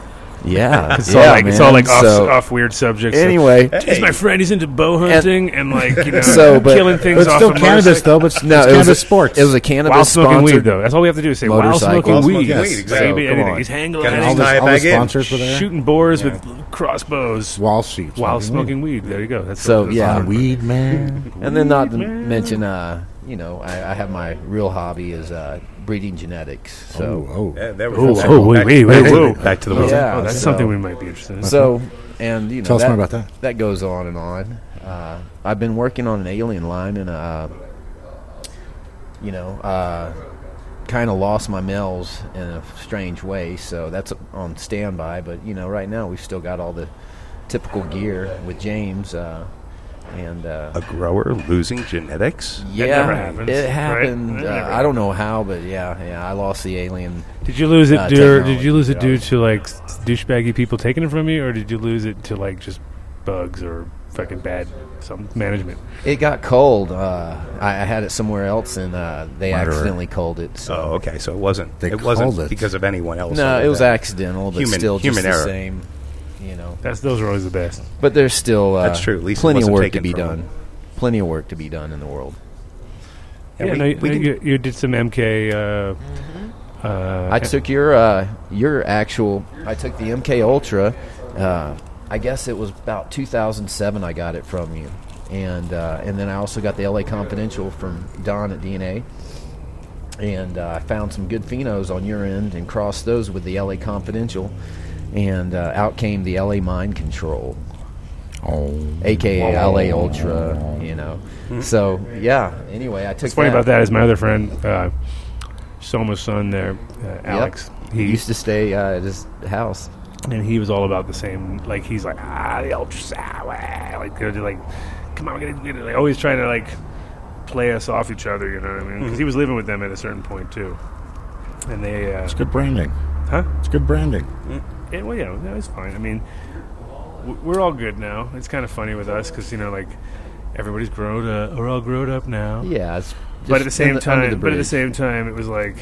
G: Yeah,
B: It's
G: yeah,
B: all like it's all
G: man.
B: like off,
G: So,
B: off weird subjects.
G: Anyway,
B: He's my friend. He's into bow hunting and, like you know
G: So, but-
B: killing things
D: But it's
B: off
D: still
B: of
D: cannabis, though. But it's,
G: no,
D: it's
G: it was
D: cannabis
G: a,
D: sports.
G: It was a cannabis
B: While smoking
G: sponsored-
B: weed, though. That's all we have to do is say while
G: motorcycle.
B: smoking
G: While
E: smoking
B: weed.
E: weed, exactly.
B: It could be
G: So, come
B: anything.
G: on.
B: He's hanging
E: Gotta
D: all
B: out.
E: hold
D: the,
E: Tie it
D: all the
E: back in.
D: sponsors were there.
B: shooting boars with crossbows
D: Wall sheep.
B: while smoking weed. There you go. That's
G: So,
B: that's
G: yeah.
B: all.
D: On weed, man.
G: and then not to
B: man.
G: mention, uh, you know, I, I have my real hobby is uh, breeding genetics. So,
D: Oh,
E: Yeah,
D: oh.
E: there we
B: Oh,
E: go.
B: oh, wait,
E: Back-
B: wait,
E: back
B: wait,
E: to
B: whoa.
E: the- Back to the
G: Yeah.
E: wizard.
B: Oh, that's
G: so-
B: something we might be interested in.
G: so and you know,
D: Tell us
G: that,
D: more about that.
G: That goes on and on. Uh, I've been working on an alien line, and uh, you know, uh, kind of lost my males in a strange way. So that's on standby. But you know, right now we've still got all the typical gear with James, uh, and uh,
E: A grower losing genetics?
G: yeah,
B: never happens,
G: it
B: right?
G: happened.
B: That
G: uh,
B: never
G: I don't know how, but yeah, yeah, I lost the alien.
B: did you lose it?
G: Uh,
B: due, did
G: technology,
B: you lose it
G: yeah.
B: due to like s- douchebaggy people taking it from you, or did you lose it to like just bugs or fucking bad some management?
G: It got cold. Uh, I, I had it somewhere else, and uh, they
D: Murderer.
G: accidentally cold it. So.
E: Oh, okay. So it wasn't.
D: They
E: it wasn't
D: called it.
E: because of anyone else.
G: No,
E: other
G: it was
E: than-
G: accidental, but
E: Human-
G: still
E: human
G: just
E: error.
G: the same. You know,
B: That's those are always the best.
G: but there's still uh,
E: That's true. At least it
G: plenty of
E: wasn't
G: work to
E: taken
G: be
E: from
G: done.
E: them.
G: Plenty of work to be done in the world.
E: Yeah,
B: Yeah,
E: we-
B: no, you-
E: we
B: no,
E: can-
B: you, you did some MK. Uh, uh,
G: I took your uh, your actual. I took the MK Ultra. Uh, I guess it was about 2007. I got it from you, and uh, and then I also got the LA Confidential from Don at DNA. And uh, I found some good phenos on your end and crossed those with the LA Confidential, and uh, out came the LA Mind Control.
B: Oh.
G: aka LA Ultra, you know. So yeah. Anyway, I took.
B: What's Hmm. funny
G: that.
B: about that is my other friend, uh, Soma's son there, uh, Alex.
G: He
B: He
G: used to stay uh, at his house.
B: and he was all about the same. Like he's like ah the ultrasound, ah," like they're just like come on, we're gonna get it. Like always trying to like play us off each other. You know what I mean?
E: Mm-hmm.
B: 'Cause he was living with them at a certain point too. And they, uh,
D: It's good branding.
B: huh?
D: It's good branding.
B: Yeah, well, yeah, that was fine. I mean, w- we're all good now. It's kind of funny with us because you know, like everybody's grown up. We're all grown up now.
G: Yeah. It's
B: but
G: just
B: at the same
G: under- under
B: time,
G: the
B: but at the
G: bridge.
B: same time, it was like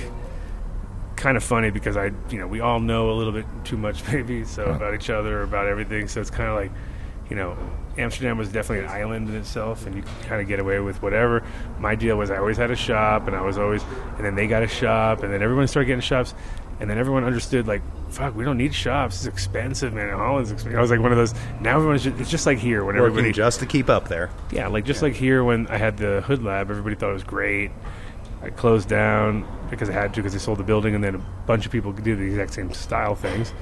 B: kind of funny because I, you know, we all know a little bit too much maybe so about each other, about everything. So it's kind of like, you know, Amsterdam was definitely an island in itself, and you could kind of get away with whatever. My deal was I always had a shop, and I was always, and then they got a shop, and then everyone started getting shops. And then everyone understood, like, fuck, we don't need shops. It's expensive, man. Holland's expensive. I was like one of those. Now everyone's just, it's just like here when
E: Working
B: everybody
E: just to keep up there.
B: yeah, like just like here when I had the Hood Lab, everybody thought it was great. I closed down because I had to because they sold the building, and then a bunch of people do the exact same style things.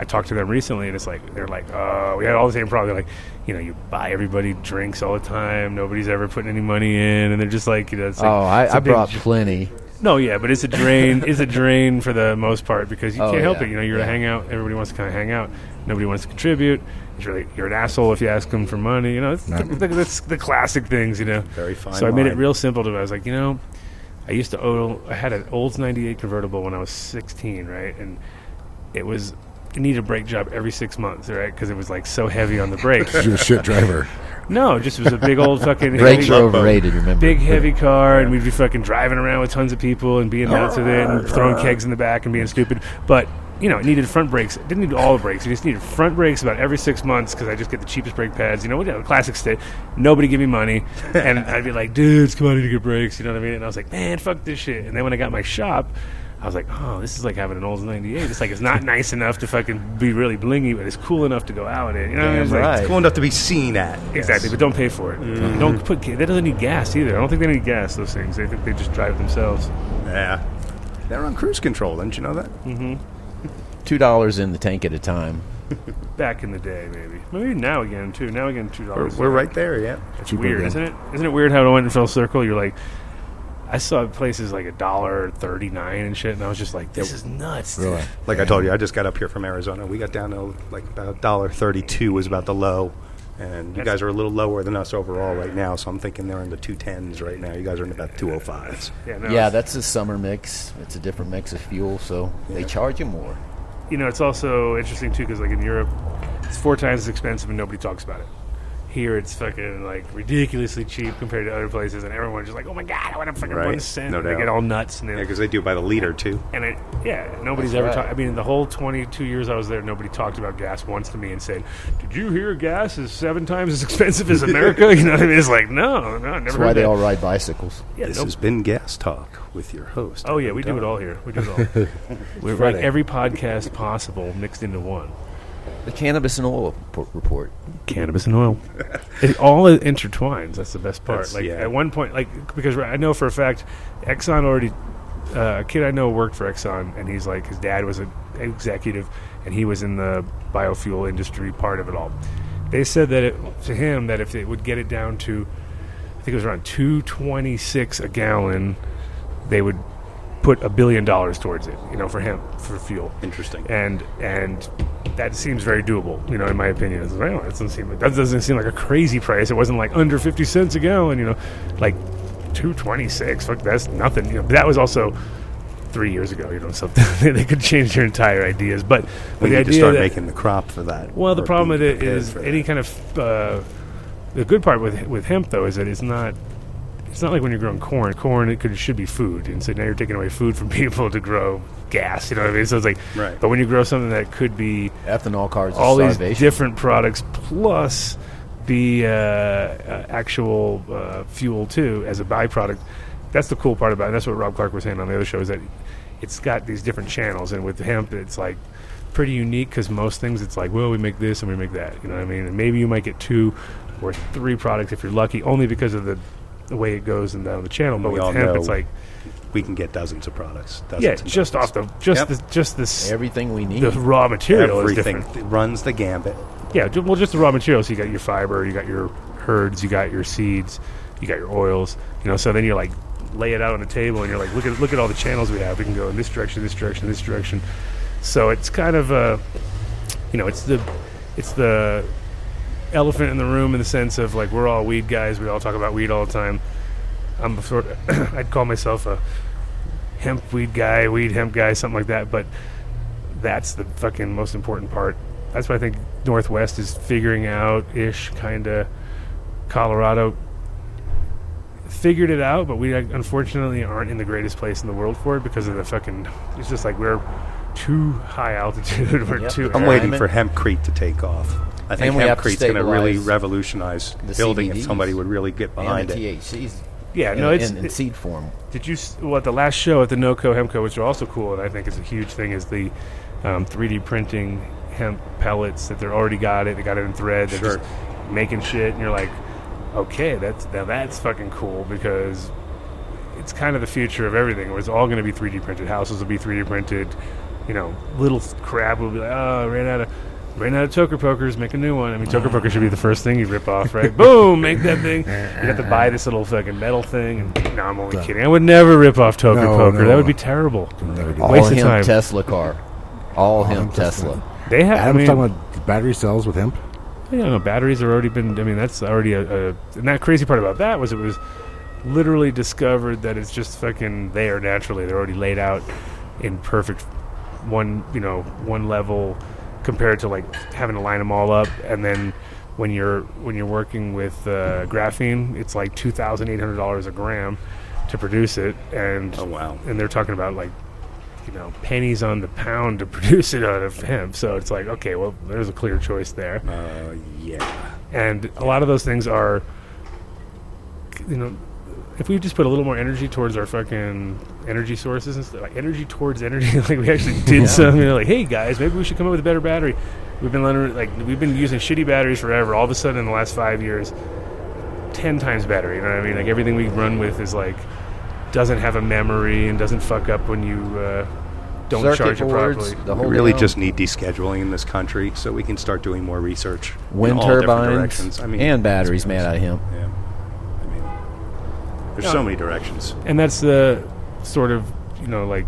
B: I talked to them recently, and it's like they're like, "Oh, we had all the same problem." They're like, you know, you buy everybody drinks all the time. Nobody's ever putting any money in, and they're just like, you know, it's like,
G: Oh,
B: it's
G: I,
B: a
G: I
B: big
G: brought
B: j-
G: plenty.
B: no, yeah, but it's a drain. it's a drain for the most part because you
G: Oh,
B: can't help
G: yeah,
B: it. You know, you're
G: yeah.
B: a hangout. Everybody wants to kind of hang out. Nobody wants to contribute. It's really you're an asshole if you ask them for money. You know, it's the, that's the classic things. You know,
E: Very fine
B: So I made it
E: line.
B: real simple to. me. I was like, you know, I used to own. I had an Olds '98 convertible when I was 16, right? And it was. it needed a brake job every six months, right? Because it was like so heavy on the brakes.
D: You're a shit driver.
B: no, just it was a big old fucking
G: Brakes
B: heavy-
G: are overrated. Remember.
B: big heavy car and we'd be fucking driving around with tons of people and being nuts with it and throwing kegs in the back and being stupid but you know it needed front brakes it didn't need all the brakes it just needed front brakes about every six months because i just get the cheapest brake pads you know what you know, classic state nobody give me money and i'd be like dudes come on I need to get brakes you know what i mean and i was like man fuck this shit and then when i got my shop I was like, oh, this is like having an old 98. It's like it's not nice enough to fucking be really blingy, but it's cool enough to go out in it. You know what I mean?
G: Damn
B: It's like-
G: right.
E: It's cool enough to be seen at.
B: Exactly, but don't pay for it.
E: Mm-hmm.
B: Don't put. They don't need gas either. I don't think they need gas. Those things. They think they just drive themselves.
E: Yeah. They're on cruise control, didn't you know that?
G: Two dollars in the tank at a time.
B: Back in the day, maybe. Maybe now again too. Now again, two
E: We're,
B: dollars.
E: we're right there, yeah.
B: It's weird, isn't it? Isn't it weird how it went in full circle? You're like, I saw places like a dollar thirty nine and shit, and I was just like, this is nuts.
D: Really?
E: Like I told you, I just got up here from Arizona. We got down to like about a dollar thirty-two was about the low, and you guys are a little lower than us overall right now. So I'm thinking they're in the two tens right now. You guys are in about two oh fives.
B: Yeah, no,
G: Yeah,
B: it's-
G: that's a summer mix. It's a different mix of fuel, so they charge you more.
B: you know, it's also interesting too because like in Europe, it's four times as expensive and nobody talks about it. Here it's fucking like ridiculously cheap compared to other places, and everyone's just like, "Oh my god, I want to fucking
E: Right.
B: one cent."
E: No
B: and they
E: doubt.
B: get all nuts, and they,
E: Yeah, because they do it by the liter too.
B: and it, yeah, nobody's ever.
G: right.
B: talked I mean, the whole 22 years I was there, nobody talked about gas once to me and said, "Did you hear gas is seven times as expensive as America?" you know what I mean? It's like, no, no, I never.
G: That's
B: heard
G: why they
B: that.
G: all ride bicycles.
B: Yeah,
E: this
B: nope.
E: has been Gas Talk with your host.
B: Oh yeah, we do it all here. We do it all. We're like
G: Friday.
B: every podcast possible mixed into one.
G: The cannabis and oil p- report.
B: Cannabis and oil. it all intertwines. That's the best part.
E: That's-
B: like
E: yeah.
B: at one point, like because I know for a fact, Exxon already. Uh, a kid I know worked for Exxon, and he's like his dad was an executive, and he was in the biofuel industry part of it all. They said that it, to him that if they would get it down to, I think it was around two twenty six a gallon, they would put a billion dollars towards it. You know, for him for fuel.
E: Interesting.
B: and and that seems very doable. You know, in my opinion, it's like, well, that doesn't seem that doesn't seem like a crazy price. It wasn't like under fifty cents a gallon. You know, like two twenty six. Fuck, that's nothing. You know, but that was also three years ago. You know, so they could change their entire ideas. But
E: We
B: but the
E: need to
B: idea
E: start
B: that-
E: making the crop for that.
B: well, the
E: or
B: problem with
E: be
B: it
E: prepared
B: is
E: for
B: any
E: that.
B: kind of uh, the good part with with hemp though is that it's not it's not like when you're growing corn. Corn it could should be food, and so now you're taking away food from people to grow gas. You know what I mean? So it's like,
E: Right.
B: but when you grow something that could be
G: Ethanol cars.
B: all these
G: is salvation.
B: different products plus the uh, uh, actual uh, fuel too as a byproduct. That's the cool part about it. That's what Rob Clark was saying on the other show is that it's got these different channels, and with hemp, it's like pretty unique because most things it's like, well, we make this and we make that. You know what I mean? And maybe you might get two or three products if you're lucky, only because of the, the way it goes and down the channel. But
E: We
B: with
E: all
B: hemp,
E: know
B: it's like,
E: we can get dozens of products. Dozens
B: yeah,
E: and
B: just
E: dozens.
B: off the just
E: Yep.
B: the, just this
G: Everything we need.
B: the raw material is
E: everything
B: different.
E: th- runs the gambit.
B: Yeah, ju- well, just the raw materials. You got your fiber, you got your herds, you got your seeds, you got your oils. You know, so then you're like lay it out on the table, and you're like, look at look at all the channels we have. We can go in this direction, this direction, this direction. So it's kind of uh, you know, it's the it's the elephant in the room in the sense of like we're all weed guys. We all talk about weed all the time. I'm a sort of, I'd call myself a hemp weed guy, weed hemp guy, something like that. But that's the fucking most important part. That's what I think Northwest is figuring out ish, kind of. Colorado figured it out, but we like, unfortunately aren't in the greatest place in the world for it because of the fucking. It's just like we're too high altitude. We're
G: Yep.
B: too.
E: I'm
G: Yeah.
E: waiting
G: Diamond.
E: for Hemp Creek to take off. I think
G: And we
E: Hemp
G: have to
E: Creek's going to really
G: stabilize
E: revolutionize
G: the
E: building if
G: CBDs.
E: somebody would really get
G: and
E: behind
G: the
E: it.
G: THCs.
B: Yeah,
G: in,
B: no, it's
G: in, in seed form.
B: Did you s- well at the last show at the NoCo Hemco, which are also cool, and I think is a huge thing, is the um, 3D printing hemp pellets that they're already got it. They got it in thread. They're
E: Sure.
B: just making shit, and you're like, okay, that's now that's fucking cool because it's kind of the future of everything. It's all going to be 3D printed. Houses will be 3D printed. You know, little crab will be like, oh, I ran out of. Ran out of toker pokers, make a new one. I mean, toker poker should be the first thing you rip off, right? Boom, make that thing. You have to buy this little fucking metal thing. And no, I'm only kidding. I would never rip off toker
D: No,
B: poker. That
D: no.
B: would be terrible.
D: Never do
G: All
B: Waste of
G: him
B: time.
G: Tesla car. All him
D: him Tesla.
G: Tesla.
B: They have. I
D: Adam's
B: mean,
D: talking about battery cells with hemp.
B: Yeah, no, batteries have already been. I mean, that's already a, a. And that crazy part about that was it was literally discovered that it's just fucking there naturally. They're already laid out in perfect one, you know, one level compared to like having to line them all up. And then when you're when you're working with uh, graphene, it's like two thousand eight hundred dollars a gram to produce it. And
E: Oh wow!
B: and they're talking about like you know pennies on the pound to produce it out of hemp. So it's like okay, well, there's a clear choice there
E: Uh, yeah,
B: and a lot of those things are you know if we just put a little more energy towards our fucking energy sources and stuff like energy towards energy like we actually did something you know, like hey guys maybe we should come up with a better battery we've been learning like we've been using shitty batteries forever all of a sudden in the last five years 10 times better you know what i mean like everything we run with is like doesn't have a memory and doesn't fuck up when you uh, don't charge it properly
G: the
E: we
G: whole
E: really
G: deal.
E: just need descheduling in this country so we can start doing more research. in
G: wind
E: all different
G: turbines
E: directions. I mean,
G: and batteries made out of him.
E: Yeah, I mean, there's
B: No.
E: so many directions.
B: and that's the sort of you know like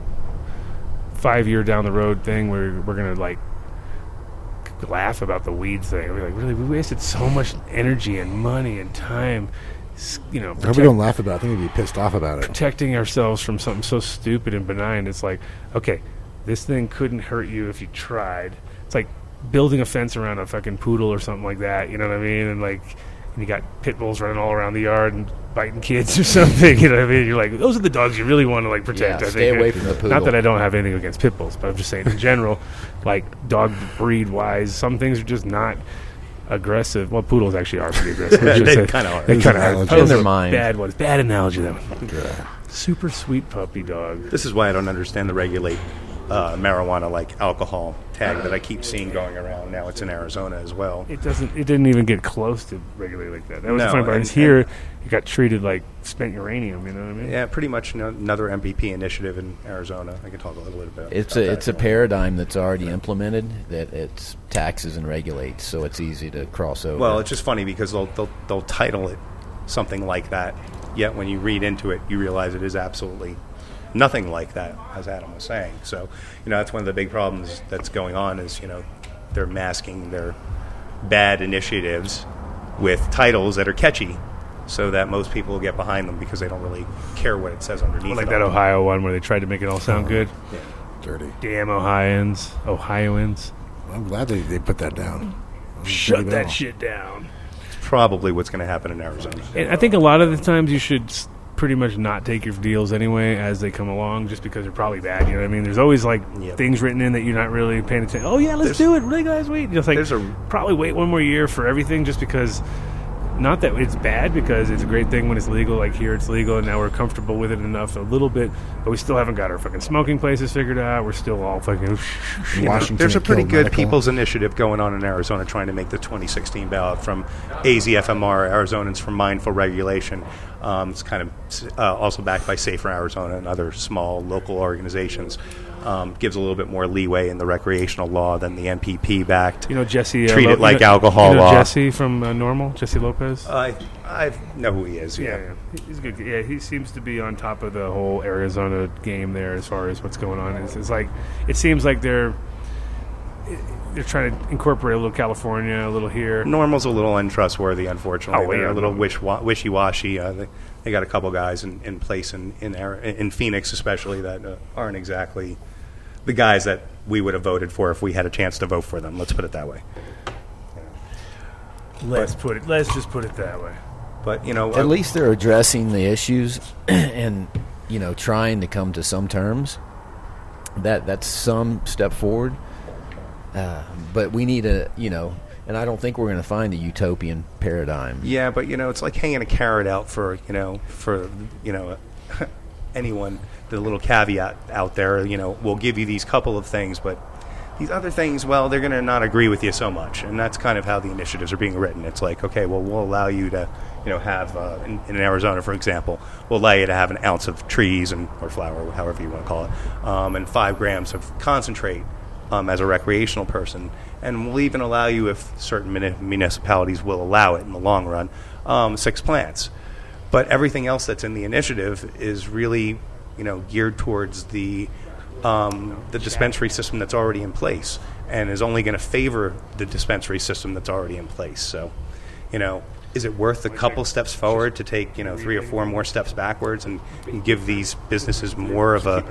B: five year down the road thing where we're gonna like laugh about the weed thing. We're like, really, we wasted so much energy and money and time, s- you know,
D: I hope
B: protect,
D: we don't laugh about. it. I think we'd be pissed off about it.
B: protecting ourselves from something so stupid and benign. It's like, okay, this thing couldn't hurt you if you tried. It's like building a fence around a fucking poodle or something like that. You know what I mean? And like and you got pit bulls running all around the yard and biting kids or something. You know what I mean? You're like, those are the dogs you really want to like protect.
G: Yeah,
B: I
G: stay
B: think.
G: away from the
B: Not that
G: poodle.
B: I don't have anything against pit bulls, but I'm just saying in general, like dog breed wise, some things are just not aggressive. Well, poodles actually are pretty aggressive. It's just
E: They
B: that-
E: kinda are.
B: They
D: It's
B: kind of
D: an
B: are.
D: analogy.
B: Poodles
G: In their
B: are
G: mind.
B: Bad ones. Bad analogy though. Super sweet puppy dog.
E: This is why I don't understand the regulate uh, marijuana like alcohol tag that I keep seeing going around. Now it's in Arizona as well.
B: It doesn't. It didn't even get close to regularly like that. That was
E: No,
B: the funny part.
E: and-
B: is here,
E: and-
B: it got treated like spent uranium. You know what I mean?
E: Yeah, pretty much no, another MPP initiative in Arizona. I can talk a little bit about
G: It's
E: that.
G: a it's a paradigm that's already implemented that it's taxes and regulates, so it's easy to cross over.
E: Well, it's just funny because they'll, they'll they'll title it something like that, yet when you read into it, you realize it is absolutely nothing like that, as Adam was saying. So, you know, that's one of the big problems that's going on is you know they're masking their bad initiatives with titles that are catchy, so that most people will get behind them because they don't really care what it says underneath.
B: Like
E: it
B: that
E: all.
B: Ohio one where they tried to make it all sound good.
D: dirty.
B: Damn Ohioans, Ohioans.
D: I'm glad they, they put that down.
B: Shut
D: Pretty
B: that
D: well.
B: shit down.
E: Probably what's going to happen in Arizona.
B: And I think a lot of the times you should s- pretty much not take your deals anyway as they come along, just because they're probably bad. You know what I mean? There's always like
E: Yep.
B: things written in that you're not really paying attention. Oh yeah, let's do it. Really, guys, wait. Just like
E: there's a-
B: probably wait one more year for everything, just because. Not that it's bad because it's a great thing when it's legal. Like here, it's legal, and now we're comfortable with it enough a little bit. But we still haven't got our fucking smoking places figured out. We're still all fucking.
D: In Washington,
E: There's a
D: it
E: pretty
D: killed
E: good
D: medical.
E: people's initiative going on in Arizona trying to make the 2016 ballot from AZFMR, Arizonans for Mindful Regulation. Um, it's kind of uh, also backed by Safer Arizona and other small local organizations. Um, gives a little bit more leeway in the recreational law than the MPP backed.
B: You know Jesse. uh,
E: Treat it like
B: you know-
E: alcohol
B: You know
E: law.
B: Jesse from uh, Normal. Jesse Lopez.
E: I I know who he is. Yeah.
B: Yeah, yeah. he's a good. Yeah, he seems to be on top of the whole Arizona game there as far as what's going on. It's, it's like it seems like they're they're trying to incorporate a little California, a little here.
E: Normal's a little untrustworthy, unfortunately.
B: Oh,
E: They're
B: yeah.
E: a little wish wishy washy. Uh, they, they got a couple guys in, in place in in, Ari- in Phoenix, especially that uh, aren't exactly the guys that we would have voted for if we had a chance to vote for them. Let's put it that way.
B: Let's put it. Let's just put it that way.
E: But you know,
G: at
E: uh,
G: least they're addressing the issues and you know trying to come to some terms that that's some step forward uh, but we need a you know and i don't think we're going to find a utopian paradigm
E: yeah, but you know, it's like hanging a carrot out for you know for you know anyone. The little caveat out there, you know, we'll give you these couple of things, but these other things, well, they're going to not agree with you so much, and that's kind of how the initiatives are being written. It's like, okay, well, we'll allow you to, you know, have uh, in, in Arizona, for example, we'll allow you to have an ounce of trees and or flower, however you want to call it, um, and five grams of concentrate um, as a recreational person, and we'll even allow you if certain muni- municipalities will allow it in the long run, um, six plants. But everything else that's in the initiative is really, you know, geared towards the um, the dispensary system that's already in place, and is only going to favor the dispensary system that's already in place. So, you know, is it worth a couple steps forward to take you know three or four more steps backwards and give these businesses more of a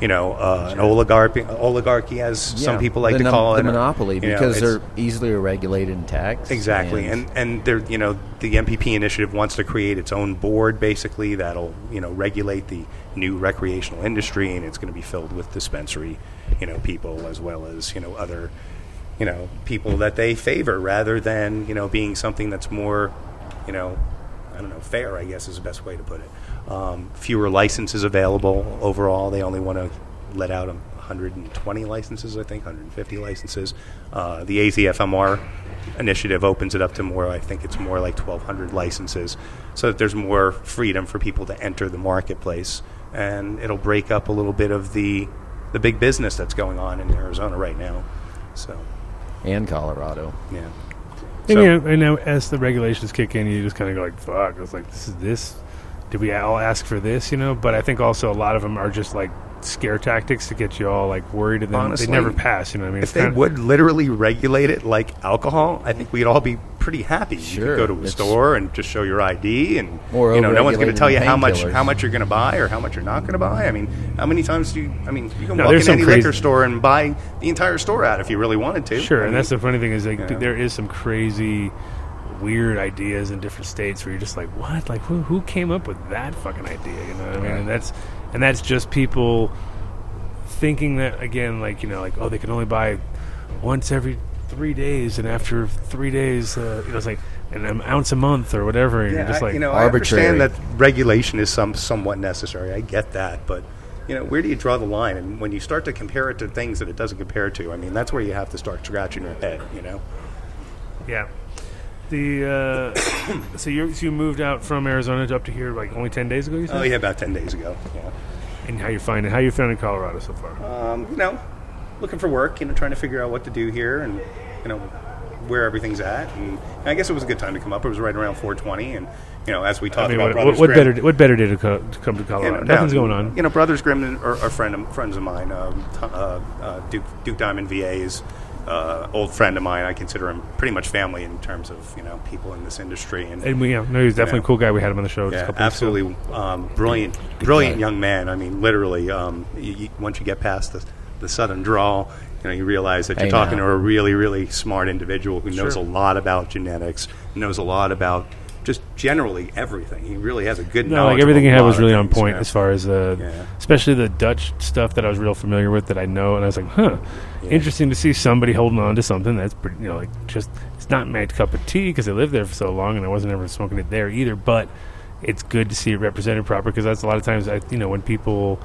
E: you know, uh, an oligarchy, oligarchy, as some
G: Yeah,
E: people like
G: the
E: to
G: nom-
E: call
G: the
E: it,
G: monopoly
E: You know,
G: because
E: it's-
G: they're easily regulated and taxed
E: Exactly, and and there, you know, the MPP initiative wants to create its own board, basically that'll you know regulate the new recreational industry, and it's going to be filled with dispensary, you know, people as well as you know other, you know, people that they favor, rather than you know being something that's more, you know, I don't know, fair. I guess is the best way to put it. Um, fewer licenses available overall. They only want to let out a 120 licenses, I think, 150 licenses. Uh, the AZFMR initiative opens it up to more, I think it's more like 1,200 licenses, so that there's more freedom for people to enter the marketplace. And it'll break up a little bit of the, the big business that's going on in Arizona right now. So,
G: and colorado
E: yeah.
B: And,
E: So-
B: you know, and now as the regulations kick in, you just kind of go like, "Fuck!" It's like this is this. Did we all ask for this? You know, but I think also a lot of them are just like scare tactics to get you all like worried, and then
E: Honestly,
B: they never pass. You know what I mean?
E: If they would literally regulate it like alcohol, I think we'd all be pretty happy. you
G: Sure,
E: could go to a
G: it's-
E: store and just show your ID, and
G: Or
E: you know, no one's going
G: overregulated
E: to tell you how much
G: painkillers.
E: how much you're going to buy or how much you're not going to buy. I mean, how many times do you? I mean, you can
B: No,
E: walk
B: there's
E: in
B: some
E: any
B: crazy-
E: liquor store and buy the entire store out if you really wanted to.
B: Sure,
E: I
B: and
E: mean,
B: that's the funny thing is like,
E: Yeah.
B: there is some crazy weird ideas in different states where you're just like, what? Like, who, who came up with that fucking idea? You know what I mean?
D: Right.
B: And that's and that's just people thinking that again, like you know, like oh, they can only buy once every three days, and after three days, uh, you know, it's like an ounce a month or whatever, and you're just
E: I-
B: like,
E: you know, I
G: arbitrary.
E: understand that regulation is some somewhat necessary. I get that, but you know, where do you draw the line? And when you start to compare it to things that it doesn't compare to, I mean, that's where you have to start scratching your head. You know,
B: yeah. The uh, so you so you moved out from Arizona to up to here like only ten days ago. You said,
E: oh yeah, about ten days ago. Yeah,
B: and how you find it? How you found in Colorado so far?
E: um, you know, looking for work. You know, trying to figure out what to do here, and you know, where everything's at. And, and I guess it was a good time to come up. It was right around 420, and you know, as we
B: I
E: talked
B: mean,
E: about
B: what, what,
E: Brothers
B: what
E: Grimm-
B: better what better day to, co- to come to Colorado?
E: You know,
B: Nothing's
E: now,
B: going on.
E: You know, Brothers Grimm are, are friend of, friends of mine. Um, t- uh, uh, Duke Duke Diamond VA is uh, old friend of mine. I consider him pretty much family in terms of you know people in this industry. And
B: And we, yeah, no, he's definitely a
E: Yeah.
B: cool guy. We had him on the show. just a
E: yeah,
B: couple weeks ago.
E: absolutely um, brilliant, brilliant young man. I mean, literally, um, you, you, once you get past the, the southern drawl, you know, you realize that you're
G: Hey,
E: talking
G: now.
E: to a really, really smart individual who knows a lot about genetics, knows a lot about just generally everything. He really has a good
B: No,
E: knowledge.
B: like
E: of
B: everything
E: a
B: he had
E: lot
B: was
E: of
B: really on
E: things,
B: point
E: yeah.
B: as far as uh,
E: Yeah.
B: especially the Dutch stuff that I was real familiar with that I know, and I was like, huh, interesting to see somebody holding on to something that's pretty, you know, like just it's not my cup of tea because I lived there for so long and I wasn't ever smoking it there either, but it's good to see it represented proper because that's a lot of times I, you know, when people,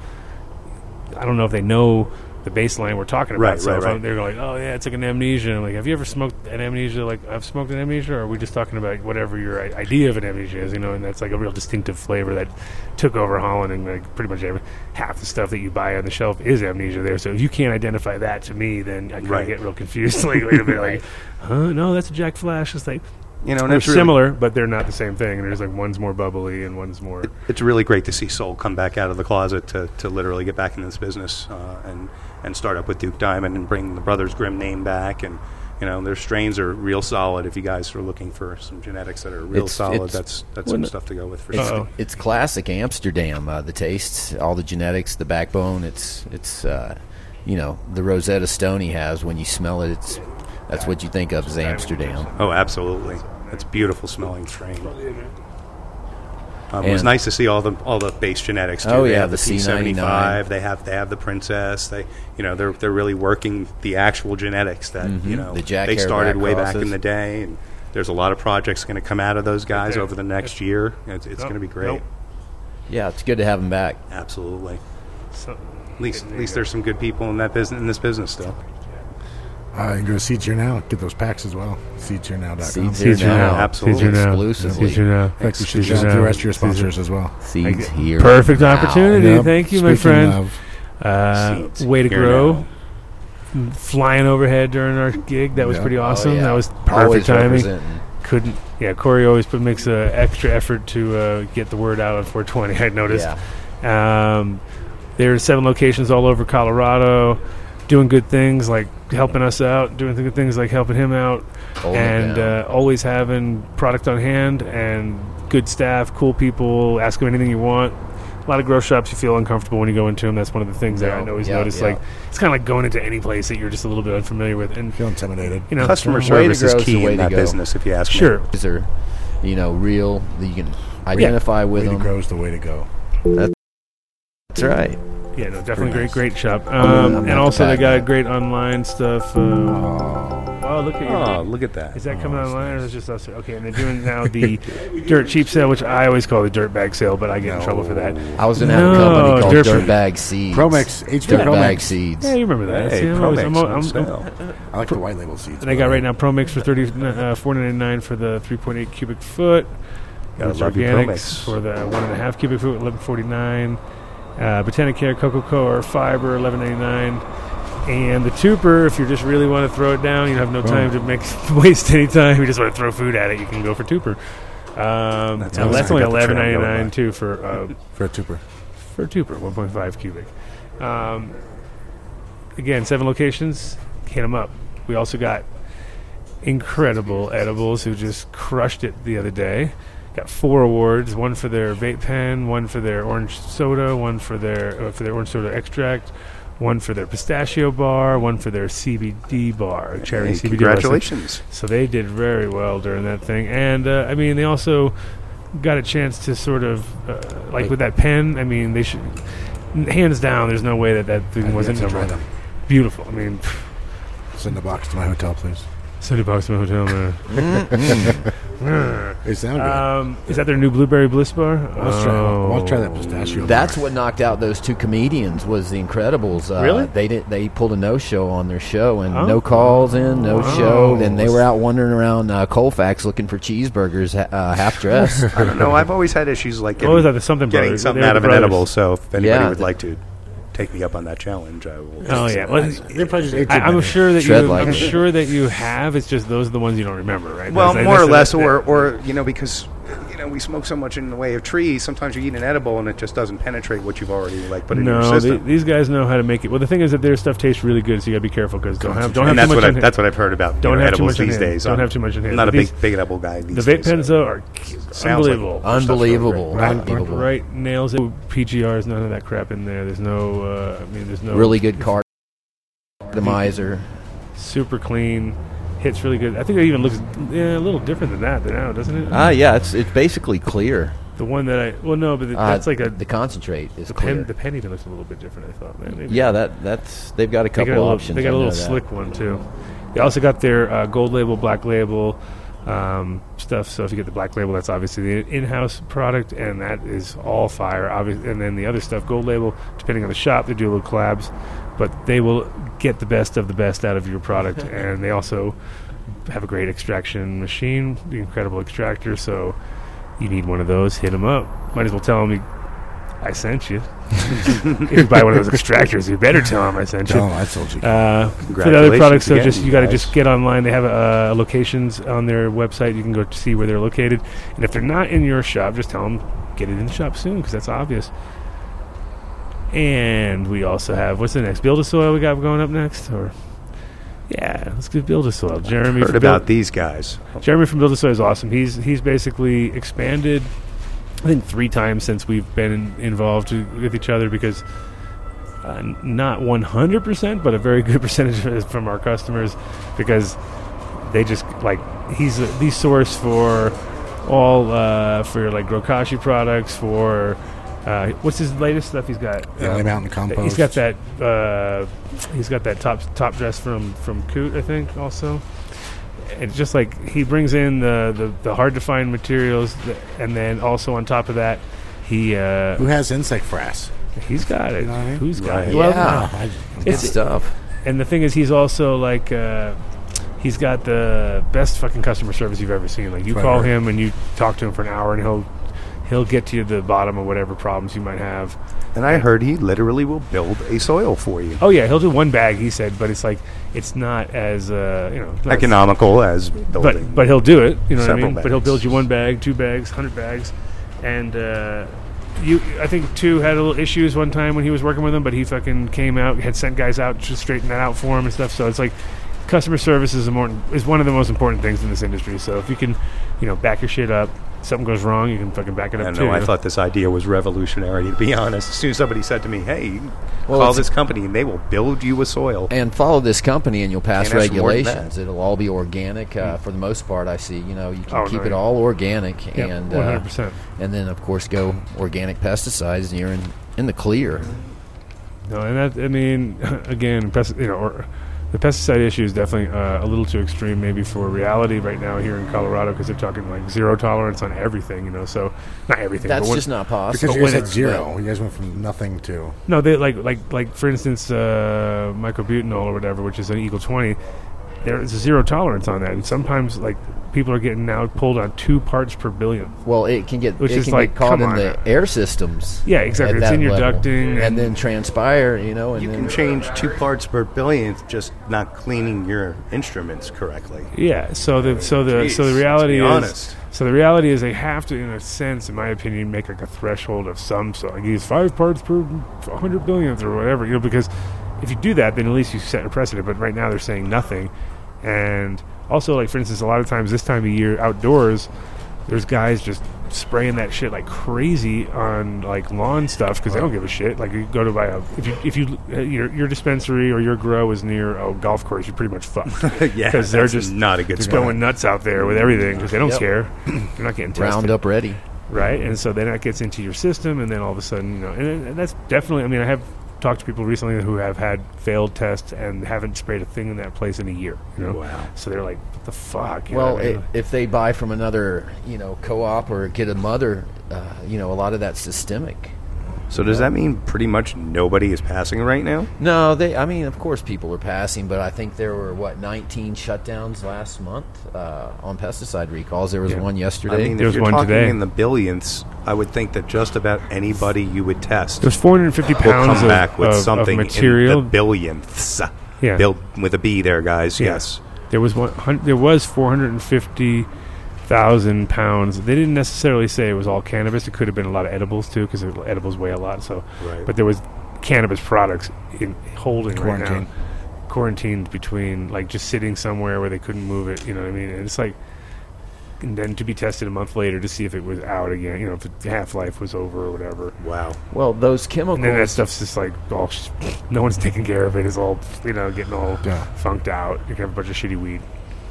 B: I don't know if they know. The baseline we're talking about,
E: Right,
B: so
E: right,
B: if
E: right.
B: I'm- they're like, "Oh yeah, it's like an amnesia." I'm like, "Have you ever smoked an amnesia?" Like, I've smoked an amnesia, or are we just talking about whatever your i- idea of an amnesia is, you know? And that's like a real distinctive flavor that took over Holland, and like pretty much every, half the stuff that you buy on the shelf is amnesia there. So if you can't identify that to me, then I kind of
E: Right.
B: get real confused. like, wait a minute, like, huh? No, that's a Jack Flash. It's like
E: You know, and
B: they're
E: it's really-
B: similar, but they're not the same thing. And there's like one's more bubbly and one's more.
E: it's really great to see Soul come back out of the closet to, to literally get back into this business uh, and and start up with Duke Diamond and bring the Brothers Grimm name back and you know their strains are real solid. If you guys are looking for some genetics that are real
G: It's-
E: solid,
G: it's-
E: that's that's some stuff to go with for
B: Uh-oh.
E: sure.
G: It's classic Amsterdam. Uh, the tastes, all the genetics, the backbone. It's it's uh, you know the Rosetta Stone he has. When you smell it, it's that's what you think of as Amsterdam.
E: Oh, absolutely, that's beautiful smelling strain. Um, it was
G: And-
E: nice to see all the all the base genetics. Too.
G: Oh,
E: they
G: yeah,
E: have
G: the
E: P seventy
G: C99.
E: five. They have they have the princess. They you know they're they're really working the actual genetics that you know
G: Mm-hmm. The Jack
E: they
G: Hare
E: started
G: Black
E: way back
G: Crosses.
E: in the day. And there's a lot of projects going to come out of those guys
B: Okay.
E: over the next year. It's, it's
B: Nope.
E: going to be great.
B: Nope.
G: Yeah, it's good to have him back.
E: Absolutely.
B: So,
E: At least at least there's some good people in that business in this business still.
D: Uh, you can go to Seeds Here Now. Get those packs as well. SeedsHereNow.com.
G: Seeds
B: Teacher
G: Here
B: now,
G: Now,
E: absolutely.
B: Teacher now,
G: Exclusively.
B: Teacher now.
D: In fact, you should
B: Teacher
D: shout out
B: now.
D: the rest of your
B: Teacher now.
D: sponsors as well.
G: Seeds here.
B: Perfect
G: now.
B: opportunity.
D: Yep.
B: Thank you, my
D: Speaking
B: friend.
D: of-
B: Uh,
E: Seeds.
B: way to
E: Here
B: grow.
E: now.
B: Mm, Flying overhead during our gig. That was
D: Yeah.
B: pretty
D: Oh,
B: awesome.
G: yeah.
B: That was perfect
G: Always
B: timing.
G: representing.
B: Couldn't. Yeah, Corey always put, makes an extra effort to uh, get the word out on 420, I noticed.
G: Yeah.
B: Um, there are seven locations all over Colorado doing good things like helping us out, doing good things like helping him out,
G: Holding it
B: and
G: down.
B: uh, always having product on hand and good staff, cool people, ask them anything you want. A lot of grow shops you feel uncomfortable when you go into them. That's one of the things that I
G: Yeah,
B: always
G: yeah,
B: notice.
G: yeah.
B: Like it's kind of like going into any place that you're just a little bit unfamiliar with, and
D: Feel intimidated.
B: you know,
E: Customer
G: Way to
E: service is
G: grow is the
E: key
G: way
E: in
G: to
E: that
G: go.
E: business. If you ask me,
B: Sure,
G: These are you know real that you can identify with
D: Way to
G: them.
D: grow is the way to go.
G: That's right.
B: yeah, no, definitely
D: Pretty nice.
B: great, great shop.
G: I'm not
B: Um, and
G: the
B: also they
G: bad
B: got
G: guy.
B: great online stuff. Uh, oh, look at you.
E: Oh, look at that.
B: Is that coming online or is it just us? Okay, and they're doing now the dirt cheap sale, which I always call the dirt bag sale, but I get in trouble for that.
G: I was gonna have a
B: No,
G: company called
B: Dirt-
G: Dirtbag Seeds.
D: Promex, HP
G: Dirtbag
D: Promex.
G: Seeds.
B: Yeah, you remember that.
E: Hey,
B: See, I'm always- I'm
E: Promix
B: al-
E: on
B: I'm- I'm-
E: sale.
D: I like the white label seeds.
B: and they
D: by
B: got
D: the
B: right
D: way.
B: now Pro Mix for thirty uh, four ninety nine for the three point eight cubic foot.
E: Gotta
B: Roots
E: love your Pro Mix.
B: Organics for the one and a half cubic foot, eleven forty nine. Uh, Botanicare, Cocoa Core, Fiber, eleven ninety nine, and the Tuper. If you just really want to throw it down, you
E: Oh.
B: have no time to make waste any time. You just want to throw food at it, you can go for Tuper. Um,
E: That's
B: now
E: awesome.
B: that's
E: I
B: only
E: got the
B: eleven
E: trend
B: ninety
E: going
B: nine
E: on.
B: too for uh,
D: For a twoper.
B: for Tuper, 1.5 cubic. Um, again, seven locations. Hit them up. We also got incredible edibles who just crushed it the other day. Got four awards: one for their vape pen, one for their orange soda, one for their uh, for their orange soda extract, one for their pistachio bar, one for their CBD bar, cherry
E: Hey,
B: CBD. bar.
E: congratulations.
B: So they did very well during that thing, and uh, I mean they also got a chance to sort of uh, like with that pen. I mean they should hands down. There's no way that that thing wasn't
D: to
B: number
D: try
B: one.
D: them.
B: Beautiful. I mean.
D: Send a box to my hotel, please.
B: City Box Motel, man.
D: They sound good.
B: Um, is that their new Blueberry Bliss bar?
D: Let's try.
B: Oh.
D: Let's try that pistachio.
G: That's what knocked out those two comedians was the Incredibles. Uh,
B: Really?
G: They did. They pulled a no show on their show and
B: Oh.
G: no calls in, no
B: Wow.
G: show. Then they were out wandering around uh, Colfax looking for cheeseburgers, ha- uh, half dressed.
E: I don't know. I've always had issues like
B: What was that,
E: getting,
B: the something
E: getting
B: brothers?
E: something
B: They were
E: out
B: the
E: of an
B: brothers.
E: edible. So if anybody
G: Yeah,
E: would
G: the-
E: like to take me up on that challenge, I will.
B: Oh yeah, well,
D: They're probably just
B: I, I'm sure that you.
G: Shred like
B: I'm
G: it.
B: sure that you have. It's just those are the ones you don't remember, right?
E: Well,
B: That's-
E: more or
B: that's-
E: less, or or you know, because you know we smoke so much in the way of trees. Sometimes you eat an edible and it just doesn't penetrate what you've already like put in
B: No,
E: your
B: the-
E: system.
B: these guys know how to make it. Well, the thing is that their stuff tastes really good, so you got to be careful because don't have don't have
E: and
B: too
E: that's
B: much.
E: what
B: in
E: I've,
B: hand.
E: that's what I've heard about
B: Don't
E: you know,
B: have too
E: edibles
B: much in
E: these
B: hand.
E: days.
B: Don't
E: I'm
B: have too much in hand.
E: Not a
B: These-
E: big big edible guy. These
B: the vape
E: days,
B: pens
E: so-
B: though are
E: Sounds like-
B: unbelievable.
G: Unbelievable,
D: Right.
G: unbelievable.
B: right nails it. PGRs, none of that crap in there. There's no. Uh, I mean, there's no
G: Really good card. Optimizer.
B: super clean. Hits really good. I think it even looks yeah, a little different than that now, doesn't it?
G: Ah, yeah, it's it's basically clear.
B: the one that I well, no, but th- that's
G: Uh,
B: like a
G: the concentrate is
B: the
G: clear.
B: pen. The pen even looks a little bit different. I thought. Man, Maybe-
G: yeah, that that's they've got a
B: They
G: couple
B: got a little,
G: options.
B: they got a
G: I
B: little
G: know that.
B: slick one too. They also got their uh, gold label, black label um, stuff. So if you get the black label, that's obviously the in-house product, and that is all fire. Obviously, and then the other stuff, gold label, depending on the shop, they do little collabs, but they will get the best of the best out of your product, and they also have a great extraction machine, the incredible extractor. So you need one of those, hit them up. Might as well tell them I sent you. if you buy one of those extractors, you better tell them I sent you.
D: No, Oh, I told you.
B: Uh, for the other products, so
E: again,
B: just you
E: you
B: got to
E: guys.
B: just get online. They have uh, locations on their website. You can go to see where they're located, and if they're not in your shop, just tell them get it in the shop soon because that's obvious. And we also have what's the next build a soil we got going up next, or yeah, let's do build a soil. Jeremy
E: heard
B: from
E: about
B: Build-
E: these guys.
B: Jeremy from Build a Soil is awesome. He's he's basically expanded, I think three times since we've been in, involved with each other because uh, n- not 100%, but a very good percentage is from our customers because they just like he's a, the source for all uh, for like Grokashi products for. Uh, what's his latest stuff he's got?
D: Valley
B: Um,
D: Mountain Compost.
B: He's got that. Uh, he's got that top top dress from from Coot, I think. Also, and just like he brings in the the, the hard to find materials, th- and then also on top of that, he uh,
D: Who has insect frass?
B: he's got it.
D: know what I mean?
B: Who's got it?
G: Yeah,
B: Well,
D: Uh-huh, I,
G: good
B: it's-
G: stuff.
B: and the thing is, he's also like. Uh, He's got the best fucking customer service you've ever seen. Like you
D: Right.
B: call him and you talk to him for an hour, and he'll he'll get to you the bottom of whatever problems you might have.
E: And I heard he literally will build a soil for you.
B: Oh yeah, he'll do one bag. He said, but it's like it's not as uh, you know not as-
E: Economical as building.
B: But but he'll do it. You know what I
E: Several
B: mean. But he'll
E: bags.
B: build you one bag, two bags, hundred bags, and uh, you. I think two had a little issues one time when he was working with him, but he fucking came out, had sent guys out to straighten that out for him and stuff. So it's like customer service is important is one of the most important things in this industry. So if you can, you know, back your shit up. Something goes wrong, you can fucking back it
E: I
B: up
E: don't
B: too.
E: know. I thought this idea was revolutionary. To be honest, as soon as somebody said to me, "Hey, you can
G: Well,
E: call
G: it's-
E: this company and they will build you a soil,"
G: and follow this company and you'll pass
E: Can't ask for more than that.
G: regulations it'll all be organic uh, for the most part i see you know you can
B: Mm. Oh,
G: keep
B: no,
G: it
B: yeah.
G: all organic
B: Yep,
G: and uh,
B: 100%.
G: and then of course go organic pesticides and you're in, in the clear
B: No, and that I mean, again, pes- you know, or the pesticide issue is definitely uh, a little too extreme, maybe for reality right now here in Colorado, because they're talking like zero tolerance on everything, you know. So not everything. but
G: that's
B: when-
G: just not
D: because
G: possible
D: you guys
B: when
D: had
B: it's-
D: zero. You guys went from nothing to.
B: No, they like like like for instance, uh, microbutanol or whatever, which is an Eagle twenty. There is a zero tolerance on that, and sometimes like people are getting now pulled on two parts per billion.
G: well it can get
B: Which
G: it
B: is
G: can
B: like,
G: get caught
B: come
G: in
B: on.
G: the air systems
B: Yeah, exactly.
G: at
B: It's
G: that
B: in your
G: level.
B: ducting
G: and,
B: and-
G: then transpire you know and
E: you
G: then
E: can change two parts per billion. It's just not cleaning your instruments correctly.
B: Yeah. So the so the so
E: Jeez,
B: the reality
E: let's be
B: is
E: honest.
B: so the reality is they have to, in a sense, in my opinion, make like a threshold of some sort. Like use five parts per hundred billionth or whatever, you know, because if you do that, then at least you set a precedent. But right now they're saying nothing, and also like for instance, a lot of times this time of year outdoors, there's guys just spraying that shit like crazy on like lawn stuff because they don't give a shit. Like you go to buy a if you if you uh, your your dispensary or your grow is near a golf course, you're pretty much fucked.
E: Yeah,
B: because they're
E: that's
B: just
E: not a good
B: just
E: spot.
B: going nuts out there with everything because they don't
G: Yep.
B: care. they're not getting tested
G: Round up ready.
B: right? And so then that gets into your system, and then all of a sudden, you know, and, and that's definitely. I mean, I have talked to people recently who have had failed tests and haven't sprayed a thing in that place in a year. You know?
E: Wow.
B: So they're like, "What the fuck?" You know
G: Well,
B: what I mean?
G: i if they buy from another, you know, co-op or get a mother, uh, you know, a lot of that's systemic.
E: So does that mean pretty much nobody is passing right now?
G: No, they. I mean, of course, people are passing, but I think there were what 19 shutdowns last month uh, on pesticide recalls. There was
B: Yeah.
G: one
E: I
G: yesterday.
E: mean,
B: There's
E: if you're
B: one
E: talking
B: today.
E: in the billionths, I would think that just about anybody you would test
B: there's 450
E: will
B: pounds
E: come
B: of,
E: back with
B: of- of
E: something
B: material.
E: in the billionths.
B: Yeah.
E: Bill, with a B there, guys.
B: Yeah.
E: Yes.
B: There was one. hun- There was 450 thousand pounds. They didn't necessarily say it was all cannabis. It could have been a lot of edibles too, because edibles weigh a lot. So,
E: Right.
B: but there was cannabis products in holding right
D: Quarantine.
B: now, quarantined between like just sitting somewhere where they couldn't move it. You know what I mean? And it's like. And then to be tested a month later to see if it was out again, you know, if the half life was over or whatever.
E: Wow.
G: well, those
B: And then that
G: chemicals.
B: stuff's just like all, sh- no one's taking care of it. It's all, you know, getting all
D: Yeah.
B: funked out. You have a bunch of shitty weed.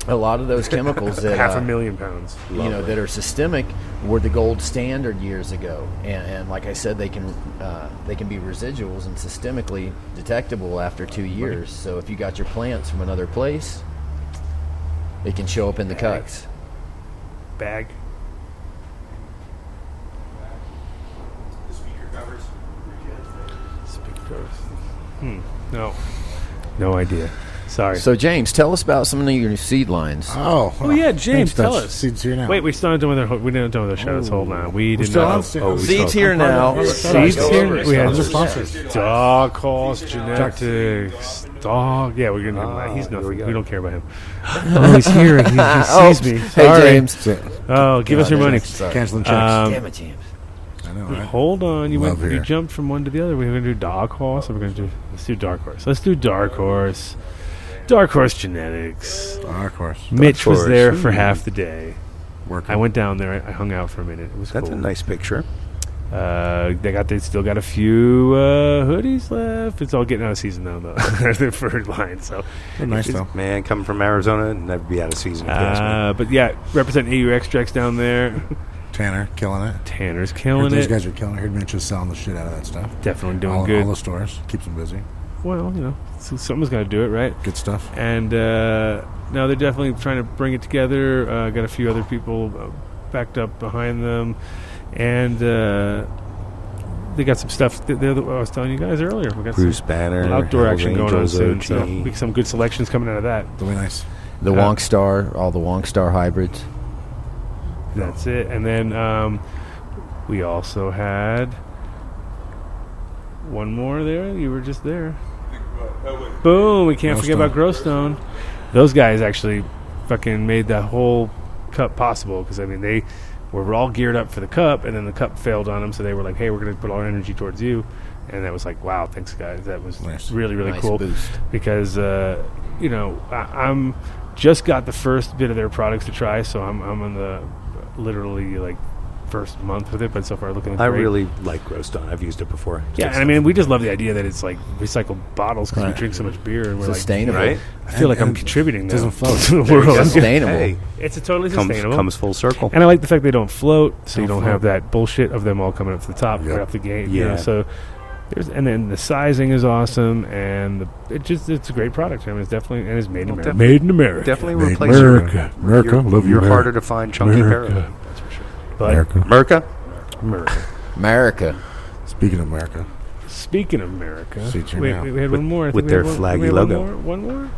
G: A lot of those chemicals that
B: half a
G: uh,
B: million pounds.
G: you know that are systemic were the gold standard years ago, and, and like I said, they can uh, they can be residuals and systemically detectable after two years. So if you got your plants from another place, it can show up in the cuts.
B: bag. Hmm. No. No idea. Sorry.
G: So James, tell us about some of your seed lines.
D: Oh,
B: oh yeah, James,
D: Thanks,
B: tell
D: Dutch.
B: us.
D: Seeds here now.
B: Wait, we still not done with our ho- we didn't done with our shout outs. Hold on, we did
D: still
B: not.
D: on
B: oh,
D: seeds.
B: oh, we
G: Seeds
B: still-
G: here now.
B: Seeds here. We had
D: Those are sponsors.
B: dog calls, genetics, dog. Yeah, we're gonna. he's nothing. We, don't care about him. oh, he's here. He, he sees me.
G: Hey
B: Sorry.
G: James,
D: That's it.
B: Oh, give us your money.
D: Canceling checks.
B: Um,
G: Damn it, James.
D: I know, right?
B: Hold on, you went,
D: Love
B: you
D: here.
B: jumped from one to the other. We're gonna do Dark Horse. Or we're gonna do let's do Dark Horse. Let's do Dark Horse. Dark Horse Genetics.
D: Dark horse.
B: Mitch was
E: Horse.
B: there for half the day.
D: Working.
B: I went down there. I, I hung out for a minute. It was
E: That's
B: cool.
E: a nice picture.
B: Uh, they got they still got a few uh, hoodies left. It's all getting out of season now though. They're for line so.
D: They're nice though.
E: Man, coming from Arizona, never be out of season. if you ask me.
B: Uh, but yeah, represent EU extracts down there.
D: Tanner killing it.
B: Tanner's
D: Heard
B: killing
D: those
B: it.
D: guys are killing it. Heard Mitch is selling the shit out of that stuff.
B: Definitely doing
D: All,
B: good.
D: all the stores keeps them busy.
B: well, you know, so someone's got to do it, right?
D: Good stuff.
B: and uh, no, they're definitely trying to bring it together. Uh, got a few other people uh, backed up behind them, and uh, they got some stuff. That they're the, I was telling you guys earlier. We got
E: Bruce
B: some
E: Banner,
B: outdoor
E: Hell's
B: action going on
E: Angels,
B: soon. So
E: OG.
B: we- some good selections coming out of that.
D: Really nice.
G: The Wonk Star, all the Wonk Star hybrids.
B: That's it. And then um, we also had one more there. You were just there. Boom! We can't forget about Growstone. Those guys actually fucking made that whole cup possible because I mean they were all geared up for the cup, and then the cup failed on them. So they were like, "Hey, we're going to put all our energy towards you," and that was like, "Wow, thanks guys, that was
D: Nice.
B: really really
G: Nice
B: cool."
G: boost.
B: Because uh, you know I, I'm just got the first bit of their products to try, so I'm I'm on the literally like first month with it, but so far looking.
E: I
B: great.
E: really like roast on. I've used it before. It's
B: Yeah,
E: good
B: and I mean, we just love the idea that it's like recycled bottles because we
D: Right.
B: drink so much beer. And we're
G: Sustainable.
E: Right?
B: Like, I feel like I'm
D: And-
B: contributing now
D: doesn't float.
B: to the
E: There you
B: world.
E: go.
G: Sustainable.
E: Hey,
B: It's a totally
E: comes,
B: sustainable.
E: comes full circle.
B: and I like the fact they don't float, so you
D: Don't
B: don't
D: float.
B: have that bullshit of them all coming up to the top
D: Yep.
B: right off the gate. you know,
E: Yeah.
B: so there's and then the sizing is awesome, and the, it just it's a great product. I mean, it's definitely and it's made in America.
E: def-
B: made in America.
E: Definitely
D: Make
E: replace
D: America.
E: your-
D: America,
E: your-
D: love you,
E: Your
D: America.
E: harder to find chunky
D: America.
E: parallel.
B: But
D: America.
E: Merca?
B: America.
G: America.
D: Speaking of America,
B: Speaking of America,
D: See, turn
B: wait,
D: out.
B: wait, we had
E: With-
B: one more. I think
E: with
B: we had
E: their
B: one-
E: flaggy
B: we had
E: logo.
B: One more, one more.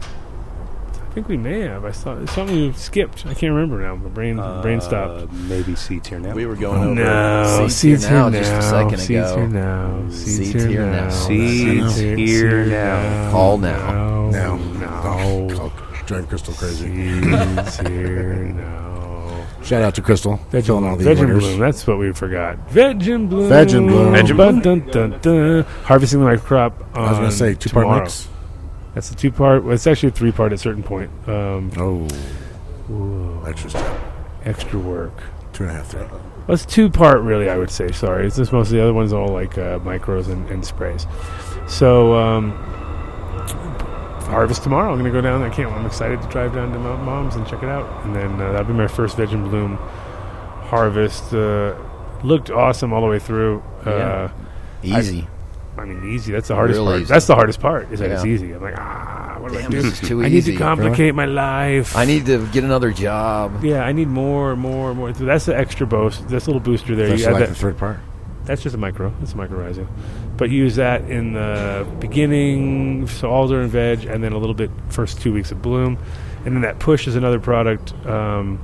B: I think we may have. I saw something you skipped. I can't remember now. My brain, brain stopped.
E: Uh, maybe seats here now.
G: We were going over
B: No,
G: seeds here
B: seeds here
G: now
B: now.
G: just a second
B: Seeds
G: ago.
B: here now. Seeds here now.
E: Seeds here now.
G: Call now.
D: now,
B: No.
D: Oh, oh, drive Crystal crazy.
B: Seeds here now.
D: Shout out to Crystal. They're filling all the
B: Veg and
D: orders.
B: bloom. That's what we forgot. Veg and bloom.
D: Veg and bloom. Veg and
B: Dun, dun, dun, dun. Harvesting the microcrop.
D: I was gonna say two part mix.
B: That's a two part. Well, it's actually a three part at a certain point. Um,
D: Oh, extra step.
B: extra work.
D: Two and a half, three.
B: Well, it's two part, really. I would say. Sorry, it's just most of the other ones all like uh, micros and, and sprays. So um, harvest tomorrow. I'm gonna go down. I can't. I'm excited to drive down to Mount Mom's and check it out. And then uh, that'll be my first veg and bloom harvest. Uh, looked awesome all the way through. Uh,
G: Easy.
B: I mean, easy. That's the hardest
G: Real
B: part.
G: easy.
B: That's the hardest part. Is that it's
G: Yeah.
B: easy. I'm like, ah, what do I
G: Damn,
B: do?
G: this is too
B: I
G: easy,
B: need to
G: bro.
B: complicate my life.
G: I need to get another job.
B: Yeah, I need more, more, more. So that's the extra boost. This little booster there.
D: That's
B: you add
D: like
B: that-
D: the third part.
B: that's just a micro. That's a micro rhizo. But you use that in the beginning, so alder and veg, and then a little bit first two weeks of bloom, and then that push is another product, um,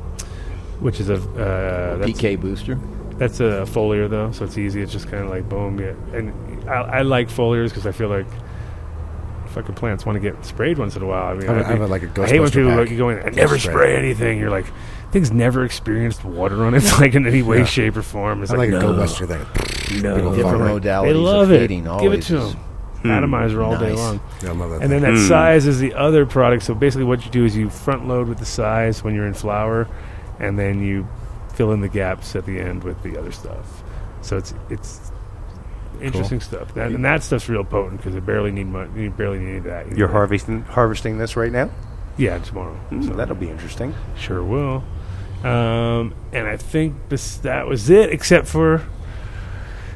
B: which is a uh, that's,
G: PK booster.
B: that's a foliar though, so it's easy. It's just kind of like boom, yeah. And I, I like foliars because I feel like fucking plants want to get sprayed once in a while. I mean,
D: I would-
B: I'd be-
D: I would like a
B: I hate when
D: Ghostbuster
B: people
D: pack.
B: like you going, I never
D: Spray.
B: spray anything. You're like, things never experienced water on it, like in any way, shape, or form. It's
D: I like
B: like,
D: a
B: no.
D: Go Buster thing. Big ol'
G: Different
D: fucker.
G: modalities
B: They love
G: of
B: it.
G: feeding.
B: Give it
G: Always
B: to
G: is- Hmm.
B: them. Atomizer all day
G: Nice. Hmm.
B: long.
D: Yeah, I love that.
B: And then
D: thing.
B: that size is the other product. So basically, what you do is you front load with the size when you're in flower, and then you fill in the gaps at the end with the other stuff. So it's it's interesting stuff. That, and that stuff's real potent because it barely need much. You barely need that.
E: You're harvesting harvesting this right now.
B: Yeah, tomorrow.
G: Hmm,
E: So that'll be interesting.
B: Sure will. Um, and I think this, that was it, except for.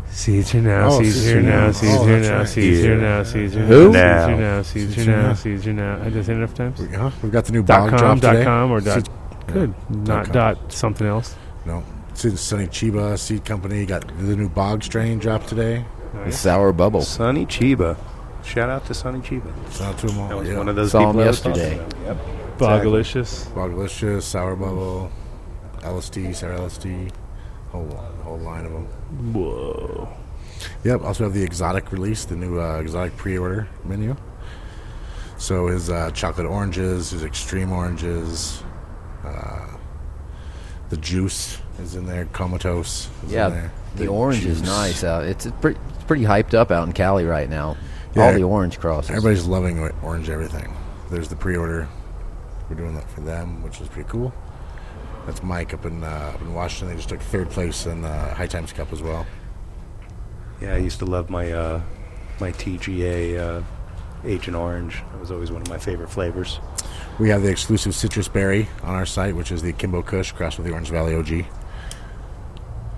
B: Seeds are now,
D: Oh,
B: seeds
D: seeds
B: are
D: are
B: now,
D: now.
B: seeds
D: Oh,
B: are
D: that's
B: now,
D: right.
B: seeds
E: Yeah.
B: are now, seeds are
E: Who?
B: now, seeds are
E: Now.
B: now, seeds
D: Seeds
B: are
D: are
B: now,
D: now.
B: seeds are now. I did I say it enough times?
D: Huh? We've got the new
B: Dot
D: bog
B: com,
D: drop
B: dot
D: today.
B: com, or dot.
D: Seed-
B: Good. Not
D: com.
B: dot something else.
D: no, see the Sunny Chiba Seed Company got the new bog strain dropped today.
G: The sour bubble.
E: Sonny Chiba. Shout out to Sonny Chiba.
D: Shout out to them all.
E: That was
D: yeah.
E: one of those
G: Saw
E: people
G: him
E: I was talking
G: yesterday.
E: about. Yep.
B: Bogalicious.
D: Boglicious, Sour Bubble, LSD, Sour LSD, whole whole line of them.
B: Whoa.
D: Yep. Also have the exotic release, the new uh, exotic pre-order menu. So his uh, chocolate oranges, his extreme oranges, uh, the juice is in there. Comatose. Is in
G: Yeah,
D: there.
G: the orange is
D: juice.
G: nice. Out. It's a pretty, it's pretty hyped up out in Cali right now. All
D: Yeah.
G: the orange crosses.
D: Everybody's loving o- orange everything. There's the pre-order. We're doing that for them, which is pretty cool. That's Mike up in uh, up in Washington. They just took third place in the High Times Cup as well.
E: Yeah, I used to love my uh, my TGA uh, Agent Orange. That was always one of my favorite flavors.
D: We have the exclusive citrus berry on our site, which is the Kimbo Kush crossed with the Orange Valley OG.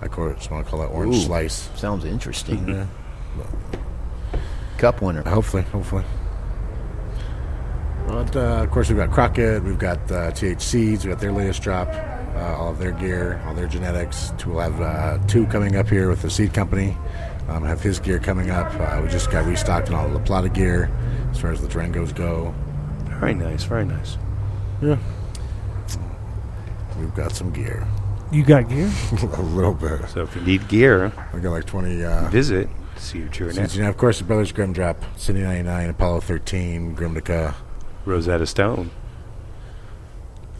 D: I call it- just want to call that orange
G: Ooh.
D: slice.
G: Sounds interesting. Cup winner.
D: Hopefully, hopefully. But, uh, of course, we've got Crockett, we've got uh, TH Seeds, we've got their latest drop, uh, all of their gear, all their genetics. Two- We'll have uh, two coming up here with the seed company. Um, have his gear coming up. Uh, we just got restocked on all the La Plata gear as far as the Durangos go.
E: Very nice, very nice.
D: We've got some gear.
B: You got gear?
D: a little bit.
E: So if you need gear,
D: We got like 20 uh,
E: visit. See you cheering
D: Since,
E: at
D: you know, of course, the Brothers Grimm drop City 99, Apollo 13, Grimdica.
E: Rosetta Stone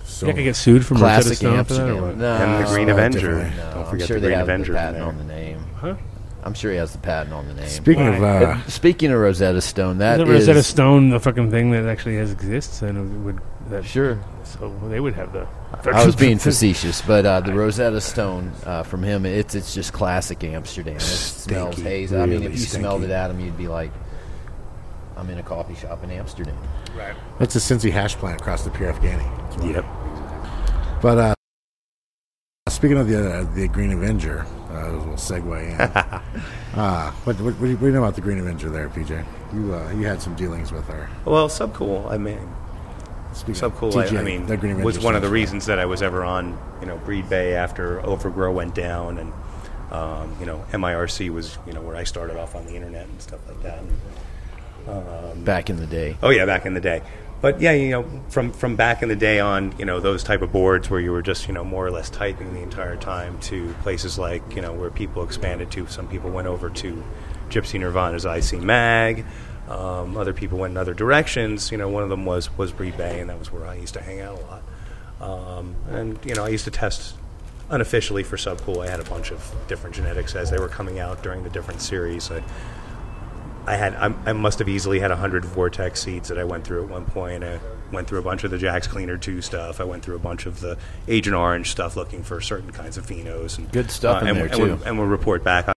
D: So,
B: You can get sued from Rosetta
G: Classic
B: Stone for that or
G: Amsterdam.
B: what?
G: No,
E: and the Green
D: uh,
E: Avenger.
D: definitely.
G: Ah, oh, no,
E: Don't
G: I'm
E: forget
G: sure
E: the
G: they
E: Green
G: have the
E: Avenger. in
G: patent
E: there.
G: on the name.
B: Huh?
G: I'm sure he has the patent on the name.
D: speaking of,
B: Why?
D: uh,
G: But speaking of Rosetta Stone, that
B: Isn't
G: is-
B: Rosetta Stone the fucking thing that actually has exists and it would that
G: Sure.
B: so they would have the.
G: I was being facetious, but uh, the Rosetta Stone uh, from him, it's it's just classic Amsterdam. It smells
E: Stinky,
G: hazy. I mean, if
E: really
G: you
E: stinky.
G: smelled it at him, you'd be like, I'm in a coffee shop in Amsterdam.
D: that's a Cincy hash plant across the Pier Afghani.
E: Yep.
D: But uh, speaking of the uh, the Green Avenger, uh, a little segue in. uh, what, what, what, do you, what do you know about the Green Avenger there, PJ? You uh, you had some dealings with her.
E: Well, Subcool. I mean,
D: Speaking of
E: Subcool. I, I mean,
D: the Green Avenger
E: was one of the
D: stands for-
E: reasons that I was ever on, you know, Breed Bay after Overgrow went down, and um, you know, MIRC was, you know, where I started off on the internet and stuff like that. And,
G: Back in the day.
E: Oh yeah, back in the day. But yeah, you know, from from back in the day on, you know, those type of boards where you were just, you know, more or less typing the entire time to places like, you know, where people expanded to. Some people went over to Gypsy Nirvana's IC Mag. Um, other people went in other directions. You know, one of them was was Breed Bay, and that was where I used to hang out a lot. Um, and you know, I used to test unofficially for Subcool. I had a bunch of different genetics as they were coming out during the different series. I, I had I, I must have easily had hundred vortex seeds that I went through at one point. I went through a bunch of the Jack's Cleaner 2 stuff. I went through a bunch of the Agent Orange stuff looking for certain kinds of phenos. And,
G: Good stuff in
E: and
G: there,
E: we'll- and we'll-
G: too.
E: and we'll report back.